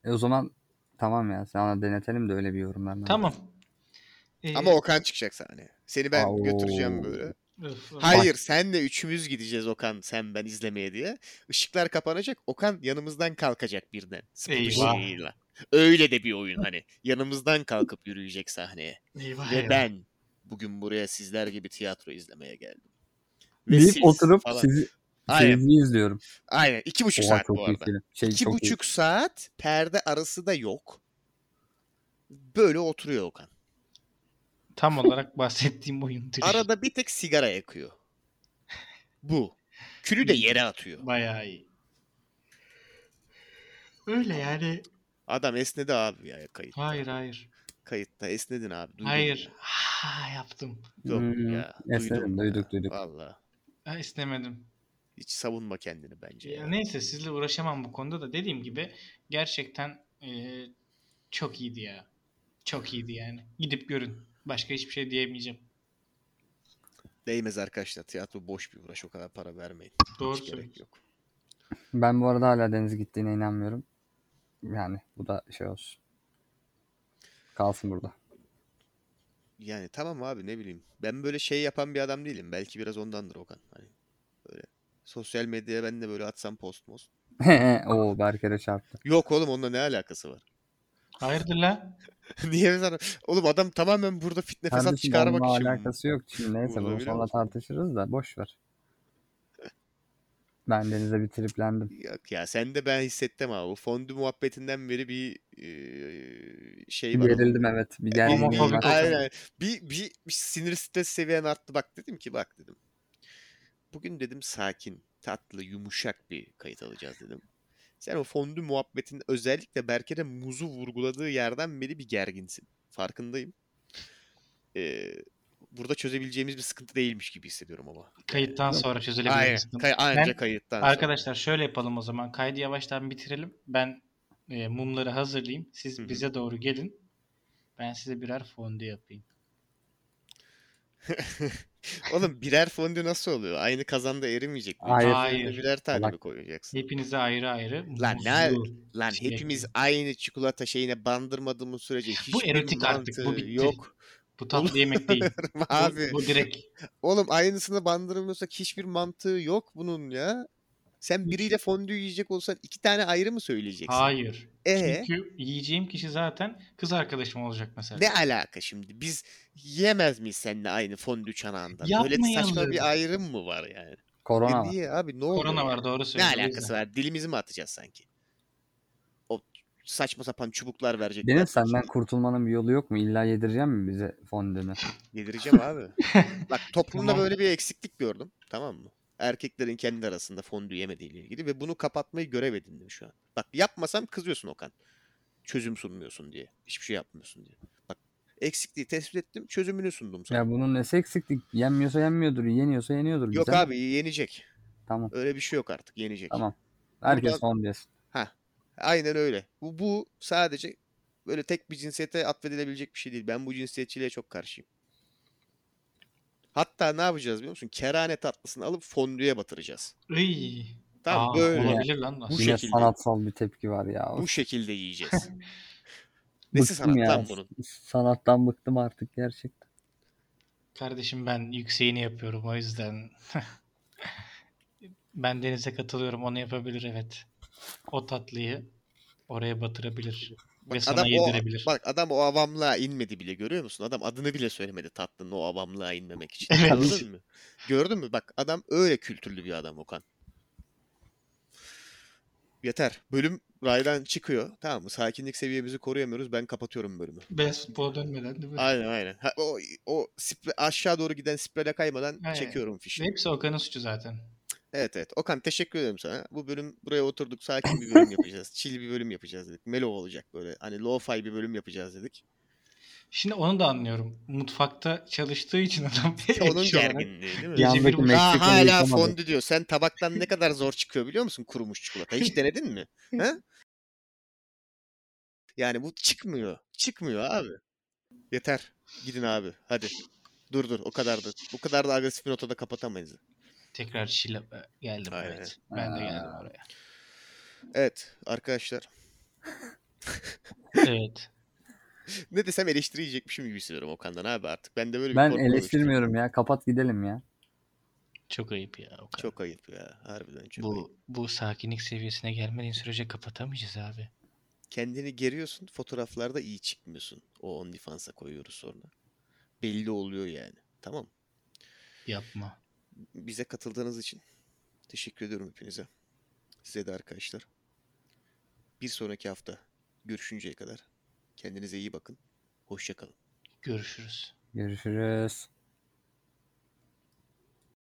E o zaman tamam ya. Sana denetelim de öyle bir yorum vermem.
Tamam. Ee,
Ama Okan çıkacak sahneye. Seni ben
Au.
götüreceğim böyle.
öf, öf.
Hayır senle üçümüz gideceğiz Okan sen ben izlemeye diye. Işıklar kapanacak Okan yanımızdan kalkacak birden.
Eyvah.
Spotify'la. Öyle de bir oyun hani. Yanımızdan kalkıp yürüyecek sahneye.
Eyvah
Ve
eyvah.
ben bugün buraya sizler gibi tiyatro izlemeye geldim. Ve
Deyip
siz
oturup
falan.
sizi,
Aynen.
sizi izliyorum.
Aynen. iki buçuk
Oha
saat
çok
bu
iyi
arada.
film. Şey,
iki
çok iyi.
buçuk saat perde arası da yok. Böyle oturuyor Okan.
Tam olarak bahsettiğim oyun türü.
şey-
Arada bir tek sigara yakıyor. Bu. Külü de yere atıyor.
Bayağı iyi. Öyle yani.
Adam esnedi abi ya kayıtta.
Hayır hayır.
Kayıtta esnedin abi. Duydum
Hayır.
ya.
Ha, yaptım.
Yok
Hmm,
ya.
esnedim,
duydum
duyduk,
ya.
duyduk.
Vallahi.
Ha, istemedim.
Hiç savunma kendini bence ya.
Ya neyse sizle uğraşamam bu konuda da dediğim gibi gerçekten eee, çok iyiydi ya. Çok iyiydi yani. Gidip görün. Başka hiçbir şey diyemeyeceğim.
Değmez arkadaşlar. Tiyatro boş bir uğraş. O kadar para vermeyin.
Doğru
Hiç gerek
söylüyorsun.
yok.
Ben bu arada hala Deniz gittiğine inanmıyorum. Yani bu da şey olsun. Kalsın burada. *laughs*
Yani tamam abi ne bileyim. Ben böyle şey yapan bir adam değilim. Belki biraz ondandır Okan. Hani böyle sosyal medyaya ben de böyle atsam post most.
Oo Berker'e çarptı.
Yok oğlum onunla ne alakası var? *laughs*
Hayırdır la?
Niye mesela? Oğlum adam tamamen burada fitne fesat
Kardeşim
çıkarmak
onunla
için.
alakası yok. Şimdi neyse bunu
Vurulabiliyor
sonra
musun?
tartışırız da boş ver. Ben denize bir triplendim.
Yok ya sen de ben hissettim abi. Bu fondü muhabbetinden beri bir eee, şey var.
Gerildim evet. Bir
Bir-
gerginlik
bir-
Homofobik
var.
aynen. Bir, bir, bir sinir stres seviyen arttı. Bak dedim ki bak dedim. Bugün dedim sakin, tatlı, yumuşak bir kayıt alacağız dedim. Sen o fondü muhabbetin özellikle Berker'e muzu vurguladığı yerden beri bir gerginsin. Farkındayım. Ee, burada çözebileceğimiz bir sıkıntı değilmiş gibi hissediyorum ama.
Kayıttan sonra çözülebilir.
Aynen.
kısmı.
Kay- anca
Ben-
kayıttan sonra.
Arkadaşlar şöyle yapalım o zaman. Kaydı yavaştan bitirelim. Ben e, mumları hazırlayayım. Siz
Hı hı.
bize doğru gelin. Ben size birer fondü yapayım.
Oğlum birer fondü nasıl oluyor? Aynı kazanda
*laughs*
erimeyecek mi?
Hayır.
İki fondü
Hayır.
Birer tane
Salak.
mi koyacaksın?
Hepinize ayrı ayrı.
Lan
muzlu.
ne- Lan
Şey
hepimiz
yapayım.
aynı çikolata şeyine bandırmadığımız sürece hiçbir
erotik artık, bu
mantığı
bitti.
*laughs* yok.
Bu tatlı yemek değil. Bu-
*laughs* Abi
Bu, direkt
oğlum aynısını bandırmıyorsak hiçbir mantığı yok bunun ya. Sen biriyle fondü yiyecek olsan iki tane ayrı mı söyleyeceksin?
hayır.
Ee?
Çünkü yiyeceğim kişi zaten kız arkadaşım olacak mesela.
Ne alaka şimdi? Biz yiyemez miyiz seninle aynı fondü çanağından? Böyle saçma
Yapmayalım.
bir ayrım mı var yani? E,
Korona var.
Niye abi ne oluyor?
Korona var doğru
Ne
söylüyorsun.
alakası var? Dilimizi mi atacağız sanki? O saçma sapan çubuklar verecekler.
Benim senden kurtulmanın bir yolu yok mu? İlla yedireceğim mi bize fondöme?
Yedireceğim
*laughs*
abi. Bak toplumda
Tamam.
böyle bir eksiklik gördüm. Tamam mı? Erkeklerin kendi arasında fondü yemediğiyle ilgili ve bunu kapatmayı görev edindim şu an. Bak yapmasam kızıyorsun Okan. Çözüm sunmuyorsun diye. Hiçbir şey yapmıyorsun diye. Bak eksikliği tespit ettim. Çözümünü sundum sana.
Ya bunun nesi eksiklik? Yenmiyorsa yenmiyordur, yeniyorsa yeniyordur.
Yok
Güzel.
abi yenecek.
Tamam.
Öyle bir şey yok artık. Yenecek.
Tamam. Herkes
Buradan-
son desin.
Aynen öyle. Bu, bu sadece böyle tek bir cinsiyete atfedilebilecek bir şey değil. Ben bu cinsiyetçiliğe çok karşıyım. Hatta ne yapacağız biliyor musun? Kerane tatlısını alıp fondüye batıracağız.
Iy.
Tamam
Aa,
böyle.
Olabilir lan
Bu
aslında.
Yine
şekilde.
sanatsal bir tepki var ya.
Bu şekilde
*laughs*
yiyeceğiz. Nesi
Bıktım
sanat
ya.
lan bunun?
Sanattan bıktım artık gerçekten.
Kardeşim ben yükseğini yapıyorum o yüzden. *laughs* ben denize katılıyorum onu yapabilir evet. O tatlıyı oraya batırabilir. Ve
Bak
sana
adam, o,
yedirebilir.
bak adam o avamlığa inmedi bile görüyor musun? Adam adını bile söylemedi tatlının o avamlığa inmemek için.
Evet.
Gördün mü? Gördün mü? Bak adam öyle kültürlü bir adam Okan. Yeter. Bölüm raydan çıkıyor. Tamam mı? Sakinlik seviyemizi koruyamıyoruz. Ben kapatıyorum bölümü.
Beyaz futbola dönmeden değil mi?
Aynen aynen. Ha, o o spre- aşağı doğru giden sprele kaymadan
Aynen.
çekiyorum fişi.
Hepsi Okan'ın suçu zaten.
Evet evet. Okan teşekkür ederim sana. Bu bölüm buraya oturduk sakin bir
*laughs*
bölüm yapacağız. Chill bir bölüm yapacağız dedik. Mellow olacak böyle. Hani lo-fi bir bölüm yapacağız dedik.
Şimdi onu da anlıyorum. Mutfakta çalıştığı için adam
İşte
*laughs*
onun
ekşi olarak-
gerginliği değil mi?
Gece bir
Yandaki
buçuk-
Aa,
Meksika'yı
hala
yıkamadı.
fondü diyor. Sen tabaktan ne kadar zor çıkıyor biliyor musun kurumuş çikolata? Hiç denedin
*laughs*
mi? Ha? Yani bu çıkmıyor. Çıkmıyor abi. Yeter. Gidin abi. Hadi. Dur dur. O kadar da. Bu kadar da agresif bir notada kapatamayız.
Tekrar Şile e, geldim
Aynen.
evet. Ben de
Aa.
geldim oraya.
Evet arkadaşlar.
Evet.
Ne desem eleştiriyecekmişim gibi hissediyorum Okan'dan abi artık. Ben de böyle bir
Ben
korku oluştu.
eleştirmiyorum ya. Kapat gidelim ya.
Çok ayıp ya Okan.
Çok ayıp ya. Harbiden çok ayıp.
bu, bu sakinlik seviyesine gelmediğin sürece kapatamayacağız abi.
Kendini geriyorsun. Fotoğraflarda iyi çıkmıyorsun. O OnlyFans'a koyuyoruz sonra. Belli oluyor yani. Tamam.
Yapma.
Bize katıldığınız için teşekkür ediyorum hepinize. Size de arkadaşlar. Bir sonraki hafta görüşünceye kadar kendinize iyi bakın. Hoşçakalın.
Görüşürüz.
Görüşürüz.